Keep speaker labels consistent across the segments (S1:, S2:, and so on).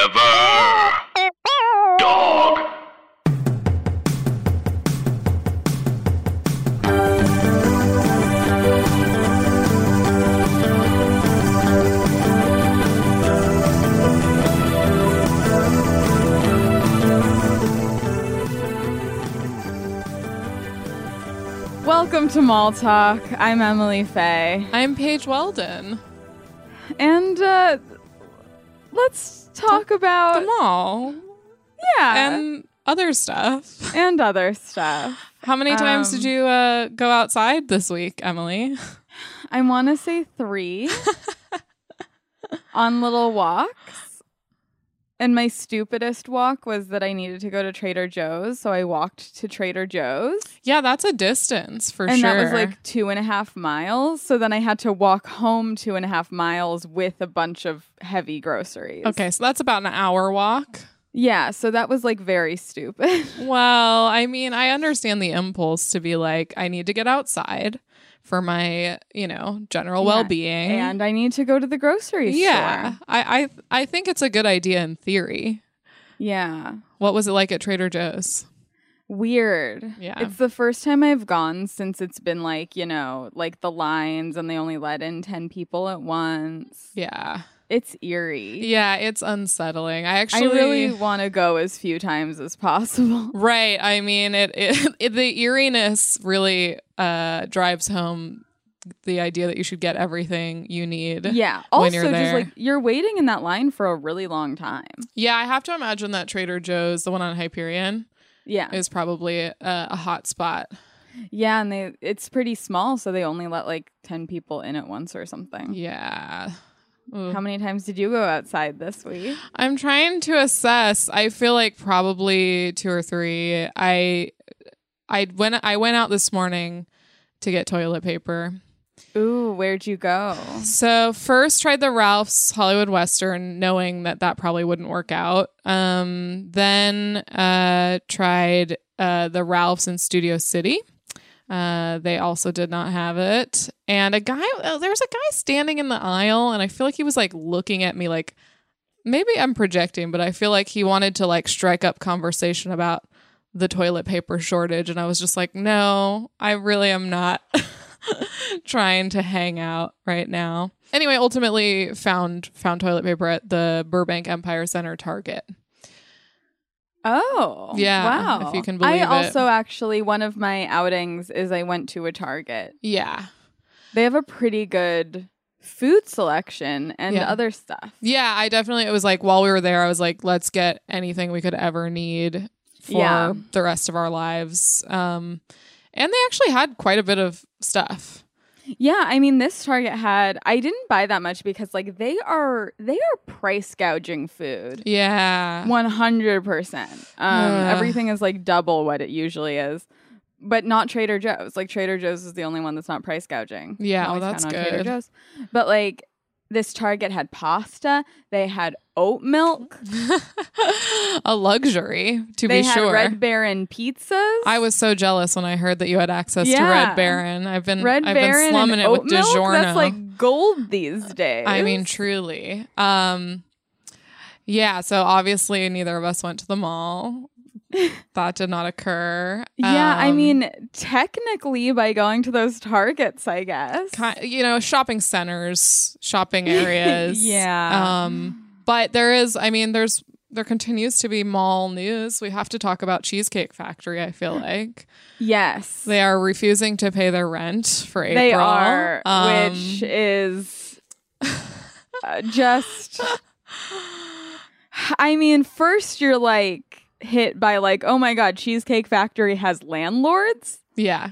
S1: Forever. Dog.
S2: Welcome to Mall Talk. I'm Emily Faye.
S3: I'm Paige Weldon.
S2: And uh, let's talk about
S3: The mall
S2: yeah
S3: and other stuff.
S2: and other stuff.
S3: How many times
S2: Um,
S3: did you uh, go outside this week, Emily?
S2: I want to say 3 on little walks. And my stupidest walk was that I needed to go to Trader Joe's, so I walked to Trader Joe's,
S3: Yeah, that's a distance for
S2: and
S3: sure.
S2: that was like two and a half miles. So then I had to walk home two and a half miles with a bunch of heavy groceries.
S3: okay, so that's about an hour walk.
S2: Yeah, so that was like very stupid.
S3: Well, I mean, I understand the impulse to be like, I need to get outside for my, you know, general
S2: Yeah,
S3: well-being.
S2: and I need to go to the grocery
S3: yeah,
S2: store.
S3: I, I I think it's a good idea in theory.
S2: Yeah.
S3: What was it like at Trader Joe's?
S2: Weird.
S3: Yeah.
S2: It's the first time I've gone since it's been like, you know, like the lines and they only let in 10 people at once.
S3: Yeah,
S2: It's eerie.
S3: yeah, it's unsettling. I actually
S2: I really want to go as few times as possible.
S3: Right. I mean, it, it, it the eeriness really uh, drives home the idea that you should get everything you need.
S2: Yeah.
S3: When
S2: Also,
S3: you're
S2: just
S3: there.
S2: like you're waiting in that line for a really long time.
S3: Yeah, I have to imagine that Trader Joe's, the one on Hyperion,
S2: Yeah.
S3: is probably a, a hot spot.
S2: Yeah. And they, it's pretty small. So they only let like 10 people in at once or something.
S3: Yeah. Ugh.
S2: How many times did you go outside this week?
S3: I'm trying to assess. I feel like probably two or three. I I went I went out this morning to get toilet paper.
S2: Ooh, where'd you go?
S3: So first tried the Ralph's Hollywood Western, knowing that that probably wouldn't work out. Um, then uh, tried uh, the Ralph's in Studio City. Uh, they also did not have it. And a guy, oh, there was a guy standing in the aisle, and I feel like he was like looking at me, like maybe I'm projecting, but I feel like he wanted to like strike up conversation about the toilet paper shortage, and I was just like, no, I really am not trying to hang out right now. Anyway, ultimately found found toilet paper at the Burbank Empire Center Target.
S2: Oh,
S3: Yeah,
S2: Wow.
S3: if you can
S2: I
S3: believe it.
S2: also actually, one of my outings is I went to a Target.
S3: Yeah.
S2: They have a pretty good food selection and
S3: Yeah.
S2: other stuff.
S3: Yeah, I definitely it was like while we were there, I was like, let's get anything we could ever need for
S2: Yeah.
S3: the rest of our lives. Um and they actually had quite a bit of stuff.
S2: Yeah. I mean, this Target had, I didn't buy that much because like they are, they are price gouging food.
S3: Yeah.
S2: 100%. Um,
S3: Ugh.
S2: everything is like double what it usually is. But not Trader Joe's. Like Trader Joe's is the only one that's not price gouging.
S3: Yeah,
S2: Can
S3: well,
S2: always
S3: that's
S2: count on Trader
S3: good.
S2: Joe's. But like this Target had pasta. They had oat milk.
S3: a luxury, to
S2: they
S3: be
S2: had
S3: sure.
S2: Red Baron pizzas.
S3: I was so jealous when I heard that you had access to
S2: Yeah.
S3: Red Baron. I've been
S2: Red
S3: I've
S2: Baron
S3: been slumming
S2: and
S3: it
S2: oat
S3: with
S2: milk.
S3: DiGiorno.
S2: That's like gold these days.
S3: I mean, truly. Um, yeah. So obviously, neither of us went to the mall. that did not occur.
S2: yeah. I
S3: Um,
S2: mean, technically, by going to those Targets, I guess.
S3: ki- you know, shopping centers, shopping areas.
S2: Yeah.
S3: Um, but there is. I mean, there's there continues to be mall news. We have to talk about Cheesecake Factory. I feel like
S2: yes.
S3: they are refusing to pay their rent for April.
S2: They are,
S3: Um,
S2: which is uh, just. I mean, first you're like hit by like, oh my god, Cheesecake Factory has landlords.
S3: yeah,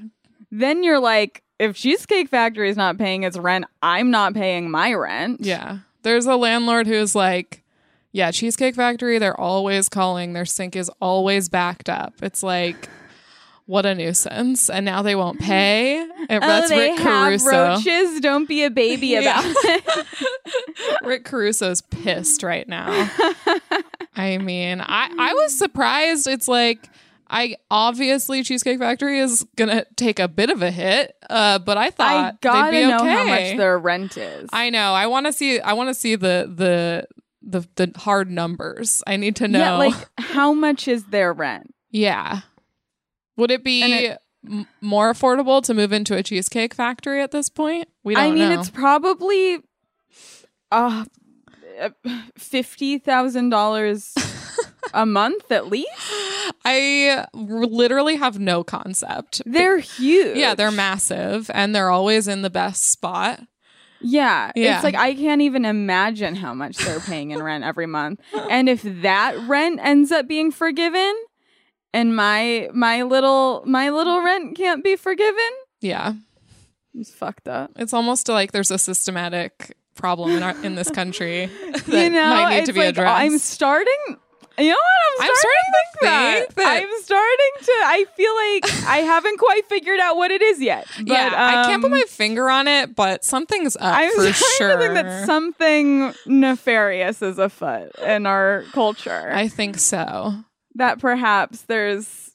S2: Then you're like, if Cheesecake Factory is not paying its rent, I'm not paying my rent.
S3: Yeah. There's a landlord who's like, yeah, Cheesecake Factory, they're always calling. Their sink is always backed up. It's like, what a nuisance. And now they won't pay. It-
S2: Oh,
S3: that's
S2: they
S3: Rick
S2: have
S3: Caruso.
S2: roaches. Don't be a baby
S3: Yeah.
S2: about it.
S3: Rick Caruso's pissed right now. I mean, I, I was surprised. It's like, I obviously Cheesecake Factory is gonna take a bit of a hit, uh, but I thought
S2: I gotta
S3: they'd be
S2: know how
S3: okay.
S2: much their rent is.
S3: I know. I want to see. I want to see the the the the hard numbers. I need to know.
S2: Yeah, like how much is their rent?
S3: Yeah. Would it be
S2: And it-
S3: m- more affordable to move into a cheesecake factory at this point? We don't
S2: I mean,
S3: know.
S2: it's probably uh fifty thousand dollars a month at least.
S3: I r- literally have no concept.
S2: They're huge.
S3: Yeah, they're massive and they're always in the best spot.
S2: Yeah,
S3: Yeah.
S2: it's like I can't even imagine how much they're paying in rent every month. And if that rent ends up being forgiven, and my my little my little rent can't be forgiven,
S3: Yeah.
S2: it's fucked up.
S3: It's almost like there's a systematic problem in our in this country that
S2: you know,
S3: might need
S2: it's
S3: to be
S2: like oh,
S3: addressed.
S2: I'm starting. You know what? I'm starting,
S3: I'm starting to
S2: to think that.
S3: think that-
S2: I'm starting to. I feel like I haven't quite figured out what it is yet. But,
S3: yeah, I can't put
S2: um,
S3: my finger on it, but something's up
S2: I'm
S3: for
S2: starting
S3: sure.
S2: to think that something nefarious is afoot in our culture.
S3: I think so.
S2: that perhaps there's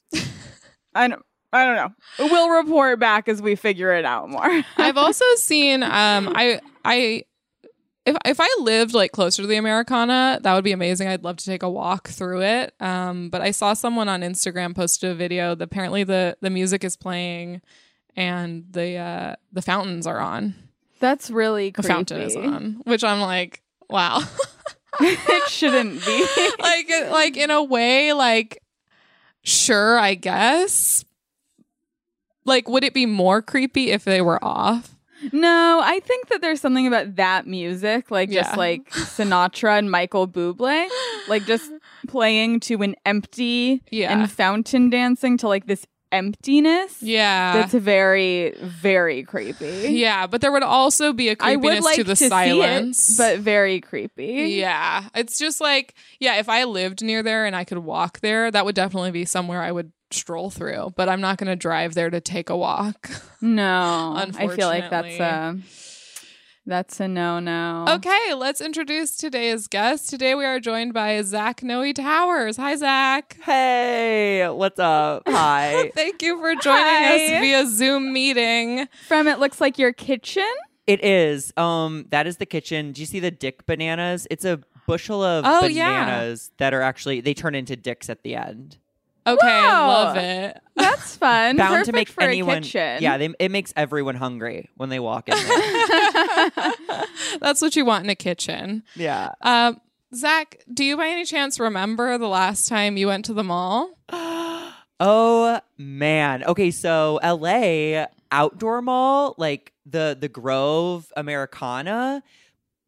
S2: I don't I don't know. We'll report back as we figure it out more.
S3: I've also seen um I I if if I lived like closer to the Americana, that would be amazing. I'd love to take a walk through it. Um but I saw someone on Instagram posted a video that apparently the the music is playing and the uh the fountains are on.
S2: That's really
S3: The
S2: creepy.
S3: fountain is on, which I'm like, wow.
S2: it shouldn't be.
S3: like like in a way like sure, I guess. Like would it be more creepy if they were off?
S2: No, I think that there's something about that music, like
S3: Yeah.
S2: just like Sinatra and Michael Bublé, like just playing to an empty
S3: Yeah.
S2: and fountain dancing to like this emptiness.
S3: yeah.
S2: That's very very creepy.
S3: Yeah, but there would also be a
S2: I
S3: creepiness
S2: would like
S3: to the
S2: see it,
S3: silence.
S2: but very creepy.
S3: yeah, it's just like yeah, if I lived near there and I could walk there, that would definitely be somewhere I would stroll through. But I'm not going to drive there to take a walk.
S2: No, I feel like that's a
S3: Unfortunately.
S2: that's a no no.
S3: Okay, let's introduce today's guest. Today we are joined by Zach Noe Towers. Hi, Zach.
S4: Hey, what's up? Hi.
S3: Thank you for joining
S2: Hi.
S3: us via Zoom meeting.
S2: From it looks like your kitchen.
S4: it is. Um, that is the kitchen. Do you see the dick bananas? It's a bushel of
S3: Oh, yeah.
S4: bananas that are actually they turn into dicks at the end.
S3: Okay, I
S2: Wow.
S3: love it.
S2: That's fun.
S4: Bound
S2: Perfect
S4: to make
S2: for
S4: anyone.
S2: a kitchen.
S4: Yeah, they, it makes everyone hungry when they walk in. There.
S3: That's what you want in a kitchen.
S4: yeah.
S3: Um, Zach, do you by any chance remember the last time you went to the mall?
S4: oh man. Okay, so LA outdoor mall, like the the Grove Americana,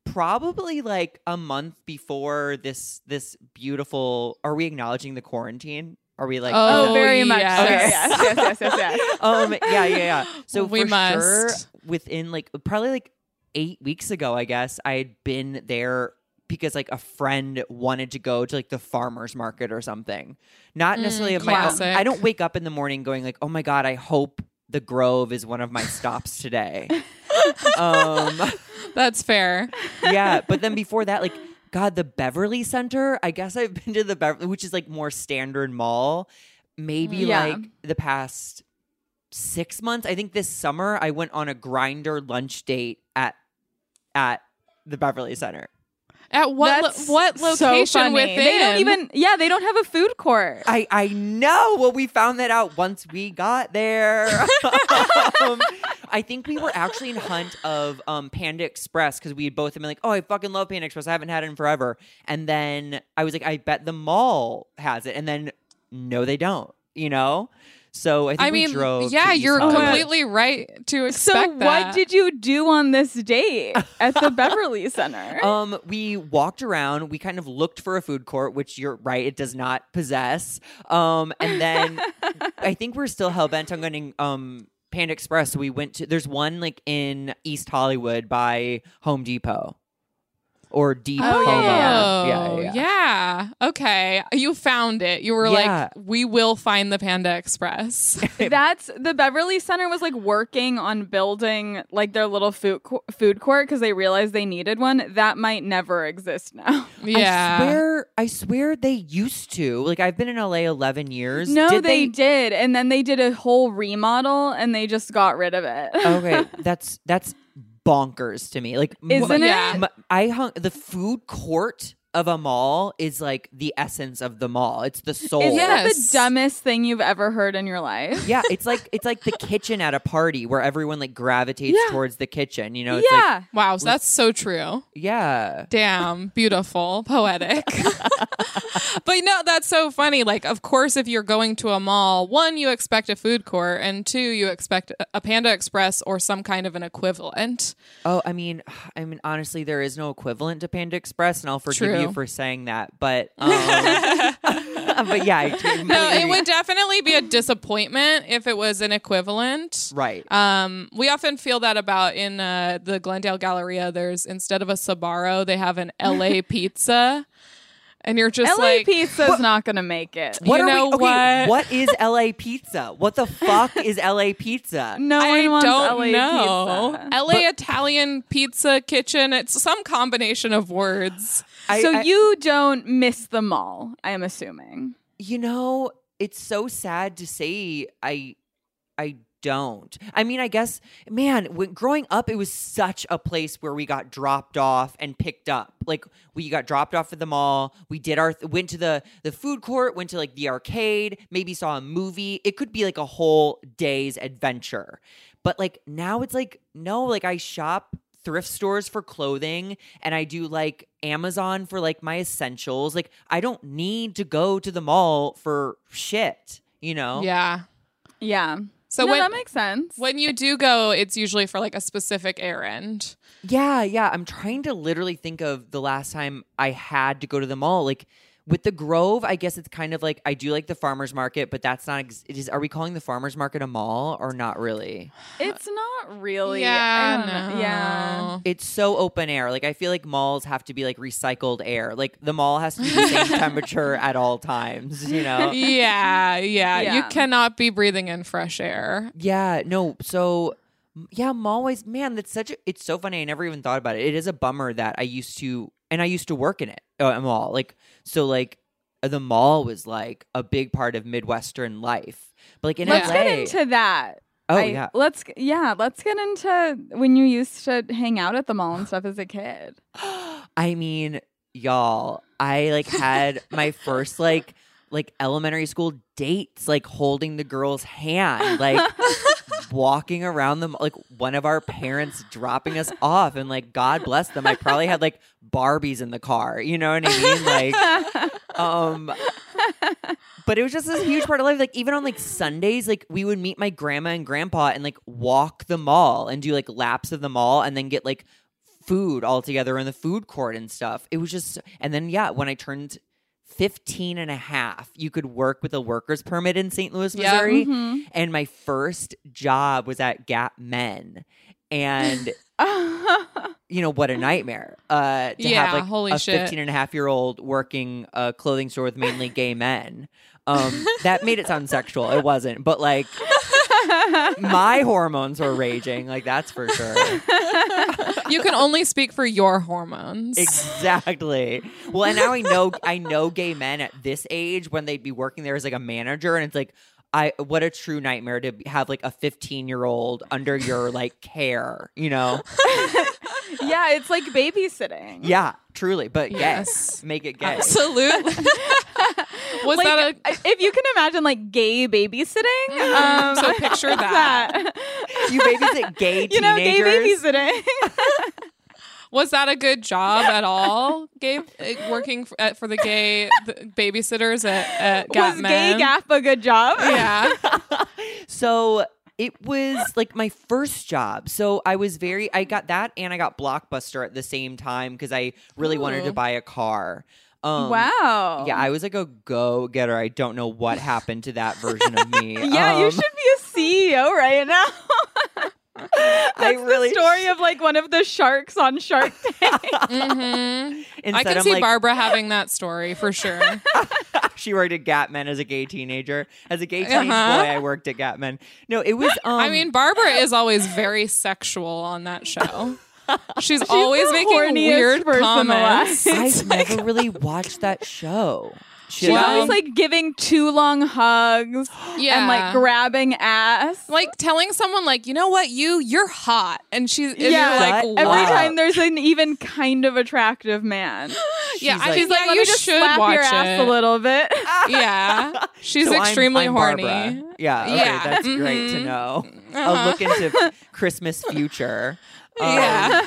S4: probably like a month before this this beautiful are we acknowledging the quarantine? Are we like
S2: Oh,
S3: Oh,
S2: very much. so.
S3: yes.
S2: Yes, yes, yes, yes, yes.
S4: um yeah yeah yeah so
S3: We
S4: for sure
S3: must.
S4: within like probably like eight weeks ago i guess i had been there because like a friend wanted to go to like the farmers market or something not
S3: Mm,
S4: necessarily of my
S3: classic.
S4: own i don't wake up in the morning going like oh my god i hope the grove is one of my stops today um
S3: That's fair.
S4: yeah but then before that like god the beverly center i guess i've been to the beverly which is like more standard mall maybe
S2: Yeah.
S4: like the past six months i think this summer i went on a grinder lunch date at at the beverly center
S3: At what lo-
S2: That's
S3: what
S2: so
S3: location
S2: funny.
S3: within?
S2: They don't even. Yeah, they don't have a food court.
S4: i i know well we found that out once we got there um, i think we were actually in hunt of um panda express because we had both been like oh i fucking love panda express i haven't had it in forever and then i was like i bet the mall has it and then no they don't you know so i think
S3: I
S4: we
S3: mean,
S4: drove to
S3: yeah,
S4: East
S3: you're
S4: Hollywood.
S3: completely right to
S2: so
S3: expect that.
S2: what did you do on this date at the Beverly Center?
S4: Um, we walked around. We kind of looked for a food court, which you're right, it does not possess. Um, and then I think we're still hell bent on getting um Panda Express. So we went to there's one like in East Hollywood by Home Depot or Depot.
S3: Oh,
S4: yeah, yeah, yeah.
S3: Yeah. Okay, you found it. You were
S4: Yeah.
S3: like, we will find the Panda Express.
S2: That's the Beverly Center was like working on building like their little food co- food court because they realized they needed one that might never exist now.
S3: yeah.
S4: I swear, I swear they used to. Like I've been in LA 11 years.
S2: No,
S4: Did
S2: they, did, and then they did a whole remodel and they just got rid of it.
S4: okay, that's that's bonkers to me. Like
S2: Isn't
S4: my-
S2: it?
S3: Yeah.
S4: my- I hung the food court of a mall is like the essence of the mall. It's the soul.
S2: Isn't
S3: Yeah.
S2: that the
S3: Yes.
S2: dumbest thing you've ever heard in your life?
S4: Yeah, it's like it's like the kitchen at a party where everyone like gravitates
S2: Yeah.
S4: towards the kitchen. You know, it's like
S2: yeah.
S3: Wow, so that's so true.
S4: yeah.
S3: Damn, beautiful, poetic. but no, that's so funny. Like, of course, if you're going to a mall, one, you expect a food court, and two, you expect a- a Panda Express or some kind of an equivalent.
S4: Oh, I mean, I mean, honestly, there is no equivalent to Panda Express, and I'll forgive you
S3: True.
S4: for saying that. But, um, but yeah, I totally
S3: No, it
S4: agree.
S3: would definitely be a disappointment if it was an equivalent.
S4: right.
S3: Um, we often feel that about in uh, the Glendale Galleria. There's instead of a Sabaro, they have an LA pizza, and you're just
S2: LA
S3: like,
S2: pizza's not gonna make it.
S4: what
S3: you
S4: are
S3: know
S4: we, okay,
S3: what?
S4: What is LA pizza? What the fuck is LA pizza?
S2: No
S3: I
S2: one wants
S3: don't
S2: LA
S3: know.
S2: pizza.
S3: LA Italian Pizza Kitchen. It's some combination of words.
S4: I-
S2: so
S4: I-
S2: you don't miss the mall, I am assuming.
S4: you know, it's so sad to say. I, I don't. I mean, I guess, man, when growing up, it was such a place where we got dropped off and picked up. Like we got dropped off at the mall. We did our th- went to the the food court, went to like the arcade, maybe saw a movie. It could be like a whole day's adventure. But like now, it's like no, like I shop thrift stores for clothing and I do like Amazon for like my essentials. Like I don't need to go to the mall for shit. You know?
S3: Yeah.
S2: Yeah.
S3: So
S2: No,
S3: when
S2: that makes sense.
S3: when you do go, it's usually for like a specific errand.
S4: Yeah, yeah. I'm trying to literally think of the last time I had to go to the mall. Like with the Grove, I guess it's kind of like I do like the farmers market, but that's not. Ex- it is, are we calling the farmers market a mall or not really?
S2: it's not really I
S3: yeah.
S2: don't know.
S3: no.
S2: Yeah.
S4: It's so open air. Like I feel like malls have to be like recycled air. Like the mall has to be the same temperature at all times. You know?
S3: yeah, yeah, You
S2: Yeah.
S3: cannot be breathing in fresh air.
S4: Yeah, no. So m- yeah, I'm always man, that's such a it's so funny. I never even thought about it. It is a bummer that I used to and I used to work in it. uh, A mall. Like so like the mall was like a big part of Midwestern life. But like in
S2: Let's
S4: LA.
S2: get into that.
S4: oh
S2: I-
S4: yeah.
S2: Let's yeah, let's get into when you used to hang out at the mall and stuff as a kid.
S4: I mean, y'all, I like had my first like like elementary school dates, like holding the girl's hand, like walking around them, like one of our parents dropping us off, and like God bless them, I probably had like Barbies in the car, you know what I mean? Like, um, but it was just this huge part of life. Like even on like Sundays, like we would meet my grandma and grandpa and like walk the mall and do like laps of the mall and then get like food all together in the food court and stuff. It was just and then yeah, when I turned 15 and a half, you could work with a worker's permit in St. Louis,
S3: Yeah.
S4: Missouri.
S2: Mhm.
S4: And my first job was at Gap Men. And you know what a nightmare uh to
S3: Yeah,
S4: have like
S3: holy
S4: a
S3: shit.
S4: 15 and a half year old working a clothing store with mainly gay men um that made it sound sexual it wasn't but like my hormones were raging like that's for sure
S3: You can only speak for your hormones.
S4: exactly well and now i know i know gay men at this age when they'd be working there as like a manager and it's like i what a true nightmare to have like a 15 year old under your like care you know
S2: yeah, it's like babysitting.
S4: yeah truly but yes
S3: Yes.
S4: make it gay
S3: Absolutely. Was
S2: Like,
S3: that a Mm-hmm.
S2: if you can imagine like gay babysitting, um,
S3: so picture that.
S2: that
S4: you babysit gay teenagers.
S2: you know, gay babysitting.
S3: Was that a good job at all? Gay uh, working for, uh, for the gay the babysitters at, at Gap
S2: Was
S3: Men?
S2: gay gap a good job?
S3: Yeah.
S4: So it was like my first job. So I was very I got that and I got Blockbuster at the same time because I really wanted to
S3: Ooh.
S4: buy a car. Um,
S2: wow.
S4: Yeah, I was like a go getter. I don't know what happened to that version of me.
S2: Yeah, you
S4: Um,
S2: should be a CEO right now. That's
S4: I really
S2: the story of like one of the sharks on Shark Tank.
S3: hmm I
S4: Instead,
S3: can
S4: I'm
S3: see
S4: like,
S3: Barbara having that story for sure.
S4: She worked at Gapman as a gay teenager. As a gay teenage
S3: Uh-huh.
S4: boy, I worked at Gapman. No, it was. Um,
S3: I mean, Barbara is always very sexual on that show. She's, always
S2: the
S3: making
S2: horniest
S3: weird
S2: person alive.
S3: comments.
S4: I've never really watched that show. She
S2: She's
S3: Well-
S2: always like giving too long hugs
S3: Yeah.
S2: and like grabbing ass.
S3: like telling someone like you know what you you're hot and she's and
S2: Yeah.
S3: yeah
S4: Shut
S3: like
S2: Every
S4: Wow.
S3: "What?"
S2: time there's an even kind of attractive man,
S3: yeah
S4: She's
S3: I-
S4: like-
S3: she's like,
S2: Yeah,
S3: "Let
S2: you
S3: me
S2: just
S3: should
S2: slap
S3: watch
S2: your ass
S3: it."
S2: a little bit.
S3: yeah she's
S4: So I'm-
S3: extremely
S4: I'm
S3: horny
S4: Barbara. Yeah, okay,
S3: Yeah.
S4: that's great to
S3: Mhm.
S4: know.
S3: Uh-huh.
S4: A look into Christmas future. Um,
S3: yeah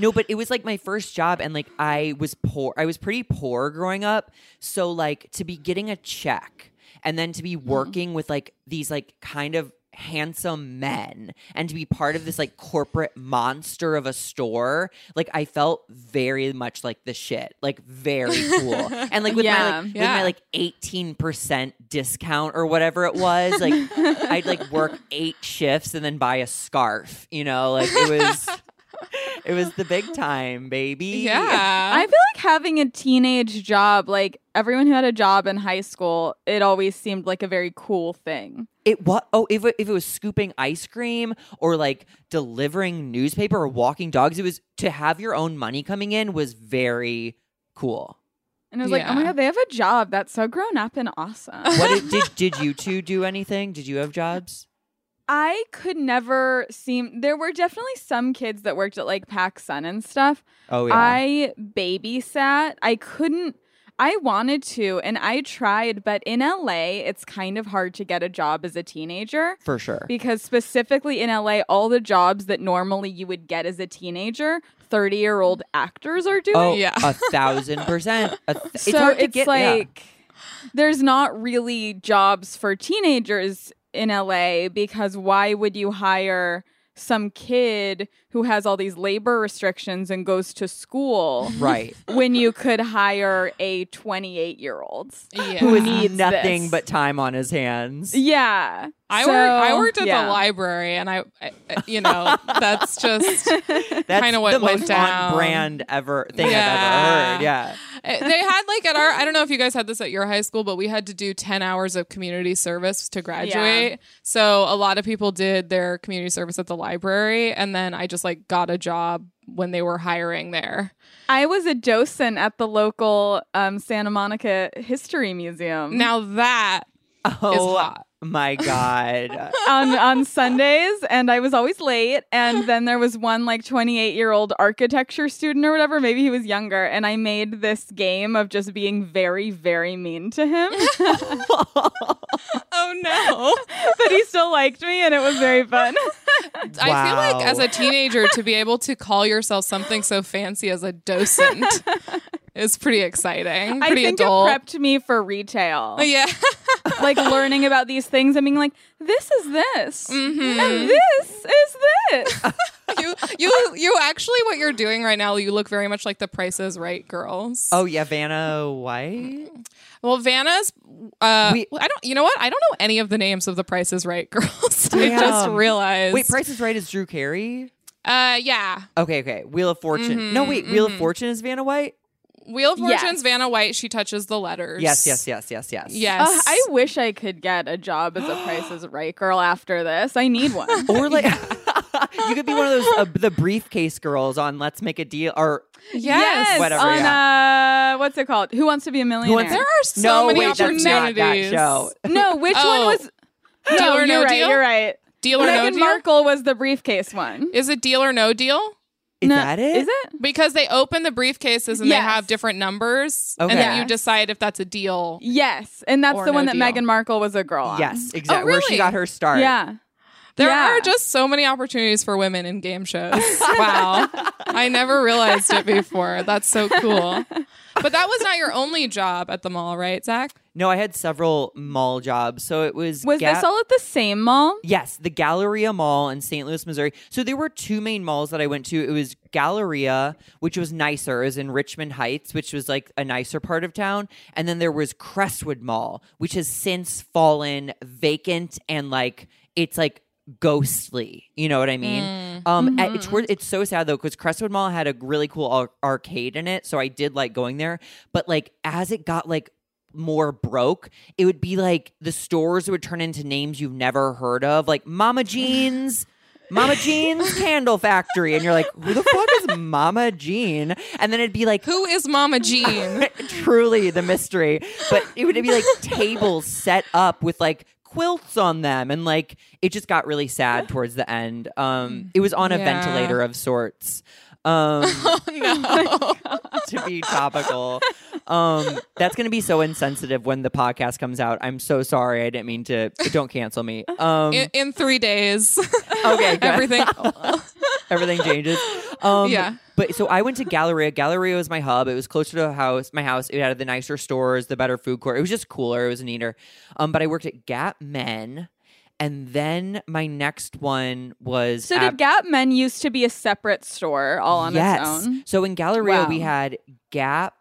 S4: No, but it was like my first job, and like I was poor. I was pretty poor growing up. So, like, to be getting a check and then to be working with like these, like, kind of handsome men and to be part of this, like, corporate monster of a store, like, I felt very much like the shit. Like, very cool. and like, with my,
S2: Yeah.
S4: like,
S3: Yeah.
S4: with my, like, 18% discount or whatever it was, like, I'd like work eight shifts and then buy a scarf, you know, like it was it was the big time, baby.
S2: I
S3: yeah
S2: feel like having a teenage job, like everyone who had a job in high school, it always seemed like a very cool thing.
S4: It what oh, if it, if it was scooping ice cream or like delivering newspaper or walking dogs, it was to have your own money coming in was very cool.
S2: And I was like, oh my
S3: Yeah.
S2: God, they have a job. That's so grown up and awesome.
S4: What did, did did you two do anything? Did you have jobs?
S2: I could never seem, there were definitely some kids that worked at like Pac Sun and stuff.
S4: Oh yeah.
S2: I babysat. I couldn't. I wanted to and I tried, but in LA, it's kind of hard to get a job as a teenager
S4: for sure.
S2: because, specifically in LA, all the jobs that normally you would get as a teenager, 30 year old actors are doing.
S4: Oh,
S3: Yeah.
S4: a thousand percent. A th- it's
S2: so
S4: hard
S2: it's,
S4: to get, yeah.
S2: like there's not really jobs for teenagers in LA because why would you hire some kid who has all these labor restrictions and goes to school?
S4: right.
S2: when you could hire a 28 year old.
S3: yeah
S4: Who is
S2: Needs
S4: nothing
S2: this.
S4: but time on his hands.
S2: Yeah.
S3: I
S2: So,
S3: worked. I worked at
S2: yeah.
S3: the library, and I, I you know, that's just eh,
S4: That's
S3: kinda what
S4: the
S3: went
S4: most
S3: down.
S4: on brand ever thing I've ever
S3: Yeah.
S4: heard. Yeah.
S3: Uh, they had like at our i don't know if you guys had this at your high school but we had to do 10 hours of community service to graduate so a lot of people did their community service at the library and then i just like got a job when they were hiring there
S2: I was a docent at the local um, Santa Monica History Museum
S3: now that is
S4: Oh
S3: hot
S4: my god.
S2: on, on Sundays, and I was always late. And then there was one like 28 year old architecture student or whatever, maybe he was younger, and I made this game of just being very, very mean to him.
S3: oh no
S2: but he still liked me, and it was very fun.
S3: i feel
S4: Wow.
S3: like as a teenager to be able to call yourself something so fancy as a docent is pretty exciting
S2: I
S3: pretty
S2: think
S3: adult
S2: it prepped me for retail.
S3: Oh, yeah
S2: like learning about these things and being like, this is this,
S3: Mhm.
S2: and this is this.
S3: you you you actually what you're doing right now you look very much like the prices right girls
S4: oh yeah, Vanna White.
S3: well vanna's uh
S4: We-
S3: i don't you know what i don't know any of the names of the prices right girls i just
S4: Damn.
S3: realized
S4: Wait, Price is Right is Drew Carey.
S3: uh yeah
S4: Okay, okay. Wheel of Fortune.
S3: Mm-hmm,
S4: no, wait. Wheel of Fortune is Vanna White.
S3: wheel of
S2: Yes.
S3: fortune's vanna white she touches the letters
S4: Yes, yes, Uh, yes, yes, yes.
S3: yes
S2: Ugh, Uh, I wish I could get a job as a Price is Right girl after this. I need one.
S4: Or like, you could be one of those uh, the briefcase girls on Let's Make a Deal or
S3: yes Um,
S4: Whatever,
S2: on uh, what's it called? Who wants to be a millionaire?
S4: Wants-
S3: there are so
S4: no,
S3: many
S4: wait,
S3: opportunities
S4: That's not that show.
S2: no, which one
S3: Oh.
S2: was? No,
S3: Deal or
S2: you're
S3: No
S2: right.
S3: Deal?
S2: You're right.
S3: deal or no
S2: Meghan
S3: deal
S2: Markle was the briefcase one.
S3: is it deal or no deal
S4: Is
S2: No-
S4: that it?
S2: Is it?
S3: because they open the briefcases and
S2: Yes.
S3: they have different numbers
S4: Okay.
S3: and then you
S2: Yes.
S3: decide if that's a deal
S2: Yes, and that's
S3: Or
S2: the one
S3: No
S2: that
S3: Deal.
S2: Meghan Markle was a girl on.
S4: Yes, exactly. Where she
S3: Oh, really?
S4: got her start.
S2: Yeah.
S3: There
S2: Yeah.
S3: are just so many opportunities for women in game shows. Wow. I never realized it before. That's so cool. But that was not your only job at the mall, right, Zach?
S4: No, I had several mall jobs. So it was
S2: Was
S4: Gap-
S2: this all at the same mall?
S4: Yes, the Galleria Mall in St. Louis, Missouri. So there were two main malls that I went to. It was Galleria, which was nicer, it was in Richmond Heights, which was like a nicer part of town, and then there was Crestwood Mall, which has since fallen vacant and like it's like ghostly. You know what I mean?
S2: Mm.
S4: Um, and
S2: Mm-hmm.
S4: it's worth, it's so sad though because Crestwood Mall had a really cool ar- arcade in it, so I did like going there. But like as it got like more broke, it would be like the stores would turn into names you've never heard of, like Mama Jeans, Mama Jean's Candle Factory. And you're like, who the fuck is Mama Jean? And then it'd be like,
S3: Who is Mama Jean?
S4: truly the mystery. But it would be like tables set up with like quilts on them and like it just got really sad towards the end. Um it was on a
S3: Yeah. Oh,
S4: ventilator of sorts. Um
S3: no.
S4: to be topical. Um that's going to be so insensitive when the podcast comes out. I'm so sorry. I didn't mean to don't cancel me. Um
S3: in, in three days,
S4: okay. good.
S3: everything.
S4: everything changes. Um,
S3: Yeah.
S4: But so I went to Galleria. Galleria was my hub. It was closer to the house, my house. It had the nicer stores, the better food court. It was just cooler. It was neater. Um, but I worked at Gap Men, and then my next one was
S2: So
S4: at
S2: did Gap Men used to be a separate store all on
S4: yes.
S2: its own?
S4: So in Galleria, we
S2: Wow.
S4: had Gap,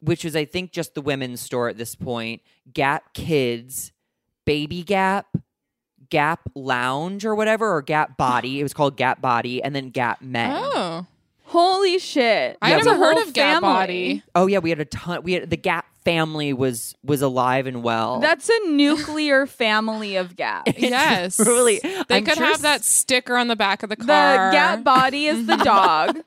S4: which was, I think, just the women's store at this point, Gap Kids, Baby Gap, Gap Lounge or whatever, or Gap Body. It was called Gap Body, and then Gap Men.
S3: oh,
S2: Holy shit!
S3: I
S2: That's
S3: never
S2: a
S3: heard
S2: whole
S3: of Gap
S2: family.
S3: Body.
S4: Oh yeah, we had a ton. We had the Gap family was was alive and well.
S2: That's a nuclear family of Gap. The
S3: Yes,
S4: really-
S3: They
S4: I'm
S3: could
S4: sure
S3: have that sticker on the back of the car.
S2: Gap Body is the dog.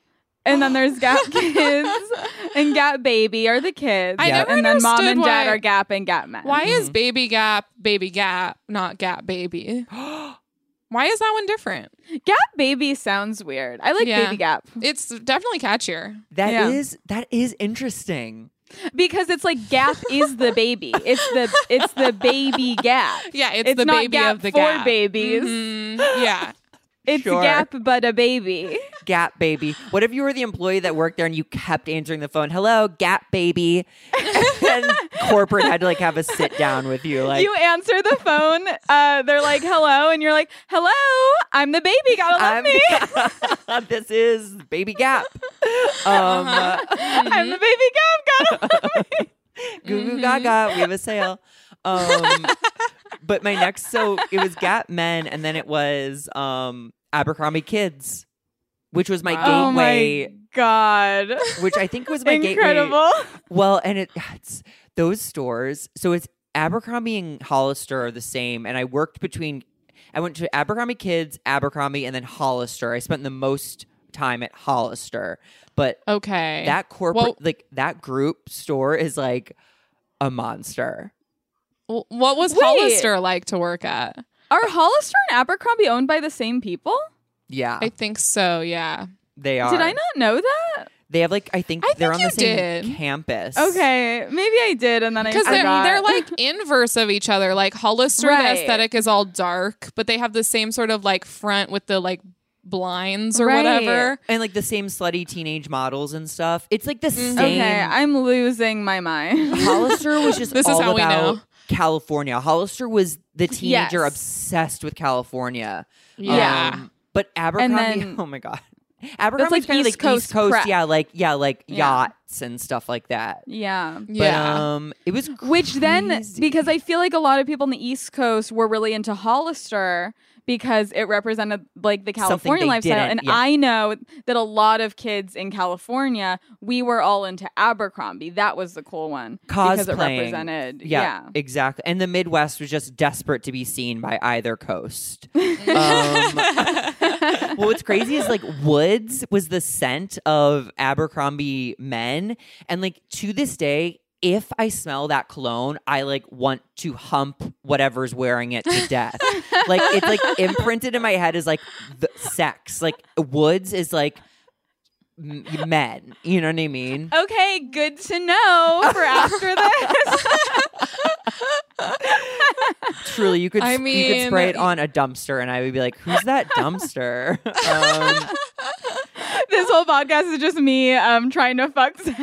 S2: And then there's Gap Kids and Gap Baby are the kids.
S3: I
S4: Yeah.
S3: never
S2: and then mom
S3: understood
S2: and dad
S3: why-
S2: are Gap and Gap Men.
S3: Why is Baby Gap Baby Gap not Gap Baby? Why is that one different?
S2: Gap Baby sounds weird. I like
S3: Yeah.
S2: Baby Gap
S3: It's definitely catchier.
S4: That
S2: Yeah.
S4: is- that is interesting.
S2: because it's like Gap is the baby. It's the it's the baby Gap.
S3: Yeah, it's,
S2: It's
S3: the
S2: not
S3: baby
S2: Gap
S3: of the
S2: for
S3: Gap.
S2: babies.
S3: Mhm, Yeah.
S2: It's
S4: Sure.
S2: Gap but a baby.
S4: Gap baby. What if you were the employee that worked there and you kept answering the phone? Hello, Gap baby. and corporate had to like have a sit down with you. Like
S2: you answer the phone. Uh, they're like, "Hello," and you're like, "Hello, I'm the baby. Gotta love me.
S4: I'm, this is baby Gap. Um,
S2: Uh-huh. I'm the baby gum. Gotta."
S4: Goo
S3: Mm-hmm.
S4: goo gaga, we have a sale. Um, but my next, so it was Gap Men, and then it was um, Abercrombie Kids, which was my
S3: Wow.
S2: Oh
S4: gateway,
S2: my god!
S4: which I think was my gateway.
S2: Incredible.
S4: Well, and it, it's those stores. So it's Abercrombie and Hollister are the same, and I worked between. I went to Abercrombie Kids, Abercrombie, and then Hollister. I spent the most time at Hollister, but
S3: Okay.
S4: that corporate,
S3: Well-
S4: like that group store, is like a monster.
S3: W- what was
S2: Wait.
S3: Hollister like to work at?
S2: Are Hollister and Abercrombie owned by the same people?
S4: Yeah,
S3: I think so. Yeah.
S4: they are.
S2: Did I not know that?
S4: They have like I think
S3: I
S4: they're
S3: think
S4: on
S3: you
S4: the same
S3: did.
S4: campus.
S2: Okay, maybe I did, and then I
S3: Because
S2: forgot.
S3: they're, they're like inverse of each other. Like Hollister, the
S2: Right.
S3: aesthetic is all dark, but they have the same sort of like front with the like blinds or
S2: Right.
S3: whatever.
S4: and like the same slutty teenage models and stuff. It's like the same.
S2: Mm-hmm. okay, I'm losing my mind.
S4: Hollister was just
S3: This is
S4: all
S3: how we
S4: about
S3: know.
S4: California. Hollister was the teenager
S2: Yes.
S4: obsessed with California.
S3: Yeah.
S4: Um, but Abercrombie,
S2: then-
S4: oh my god, Abercrombie's
S2: like
S4: kind
S2: East
S4: of like East
S2: Coast
S4: Coast,
S2: prep.
S4: yeah, like yeah, like
S2: Yeah.
S4: yachts and stuff like that.
S2: yeah.
S3: yeah.
S4: But, um, it was
S2: Which then,
S4: crazy.
S2: because I feel like a lot of people in the East Coast were really into Hollister because it represented like the
S4: Something
S2: California
S4: they
S2: lifestyle.
S4: didn't,
S2: And
S4: yeah.
S2: I know that a lot of kids in California, we were all into Abercrombie. That was the cool one. Because it
S4: Cosplaying.
S2: represented.
S4: Yeah,
S2: Yeah.
S4: exactly. And the Midwest was just desperate to be seen by either coast. um, well, what's crazy is like Woods was the scent of Abercrombie men, and like to this day. If I smell that cologne, I like want to hump whatever's wearing it to death. like it's like imprinted in my head is like the sex. Like Woods is like m- men. You know what I mean?
S2: Okay, good to know for after this.
S4: Truly, you could
S3: I
S4: I you could spray
S3: mean-
S4: it on a dumpster, and I would be like, "Who's that dumpster?" um,
S2: this whole podcast is just me um, trying to fuck Zach.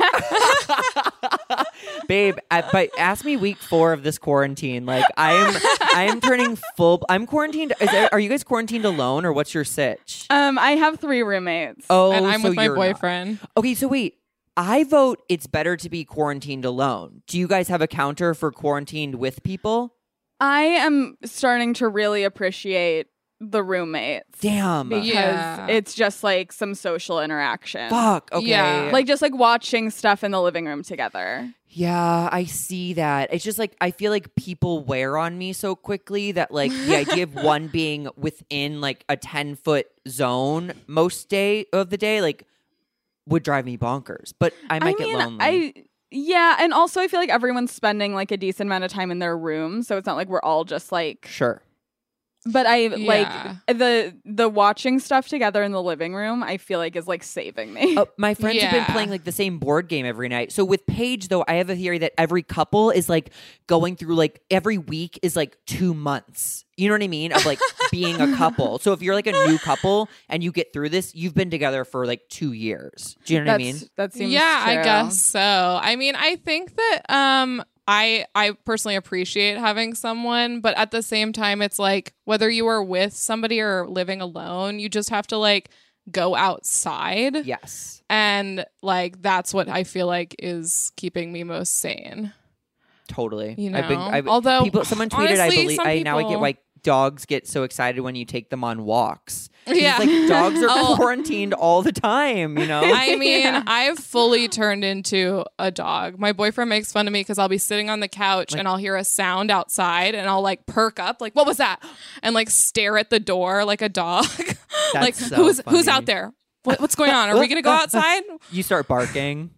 S4: babe, I, but ask me week four of this quarantine. Like, I am I am turning full. I'm quarantined. Is there, are you guys quarantined alone, or what's your sitch?
S2: Um, I have three roommates.
S4: oh,
S3: and I'm
S4: so
S3: with my
S4: you're not.
S3: boyfriend.
S4: Okay, so wait. I vote it's better to be quarantined alone. Do you guys have a counter for quarantined with people?
S2: I am starting to really appreciate the roommates.
S4: Damn.
S2: Because
S3: Yeah.
S2: it's just like some social interaction.
S4: Fuck. Okay.
S3: Yeah.
S2: Like just like watching stuff in the living room together.
S4: Yeah, I see that. It's just like I feel like people wear on me so quickly that like the idea of one being within like a 10 foot zone most day of the day like would drive me bonkers. But I might
S2: mean,
S4: get lonely.
S2: I yeah, and also I feel like everyone's spending like a decent amount of time in their room, so it's not like we're all just like
S4: sure.
S2: But I
S3: Yeah.
S2: like the the watching stuff together in the living room. I feel like is like saving me.
S4: Uh, my friends have been
S3: Yeah.
S4: playing like the same board game every night. So with Paige though, I have a theory that every couple is like going through like every week is like two months. You know what I mean? Of like being a couple. So if you're like a new couple and you get through this, you've been together for like two years. Do you know
S2: That's,
S4: what I mean?
S2: that seems
S3: yeah, I
S2: true.
S3: guess so. I mean, I think that um I I personally appreciate having someone, but at the same time it's like whether you are with somebody or living alone, you just have to like go outside.
S4: Yes.
S3: And like that's what I feel like is keeping me most sane.
S4: Totally.
S3: You
S4: I've been,
S3: know?
S4: I've,
S3: Although,
S4: people, someone tweeted, I
S3: honestly,
S4: believe,
S3: some
S4: I now I get
S3: people-
S4: why dogs get so excited when you take them on walks.
S3: Yeah.
S4: It's like dogs are
S3: Oh.
S4: quarantined all the time, you know?
S3: I mean, I've fully turned into a dog. My boyfriend makes fun of me because I'll be sitting on the couch and I'll hear a sound outside and I'll like perk up, like, what was that? And like stare at the door like a dog. like,
S4: so
S3: who's who's
S4: funny.
S3: out there? What, what's going on? Are we going to go outside?
S4: you start barking.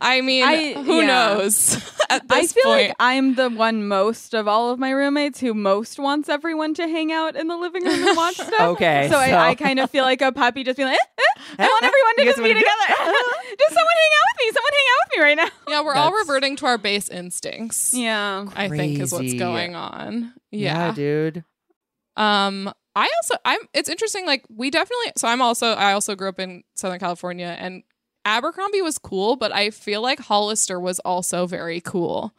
S3: I mean,
S2: I-
S3: who
S2: yeah.
S3: knows? at
S2: I
S3: this
S2: feel
S3: point.
S2: like I'm the one most of all of my roommates who most wants everyone to hang out in the living room and watch stuff.
S4: Okay,
S2: so, I, I
S4: so-
S2: kind of feel like a puppy, just being like, eh, eh, I want everyone to
S4: You guys
S2: just be
S4: wanna-
S2: together. just someone hang out with me. Someone hang out with me right now.
S3: yeah, we're all
S4: That's-
S3: reverting to our base instincts.
S2: Yeah.
S3: I think is what's
S4: Crazy.
S3: going on.
S4: dude.
S3: Um, I also I'm it's interesting, like we definitely so I'm also I also grew up in Southern California and Abercrombie was cool, but I feel like Hollister was also very cool.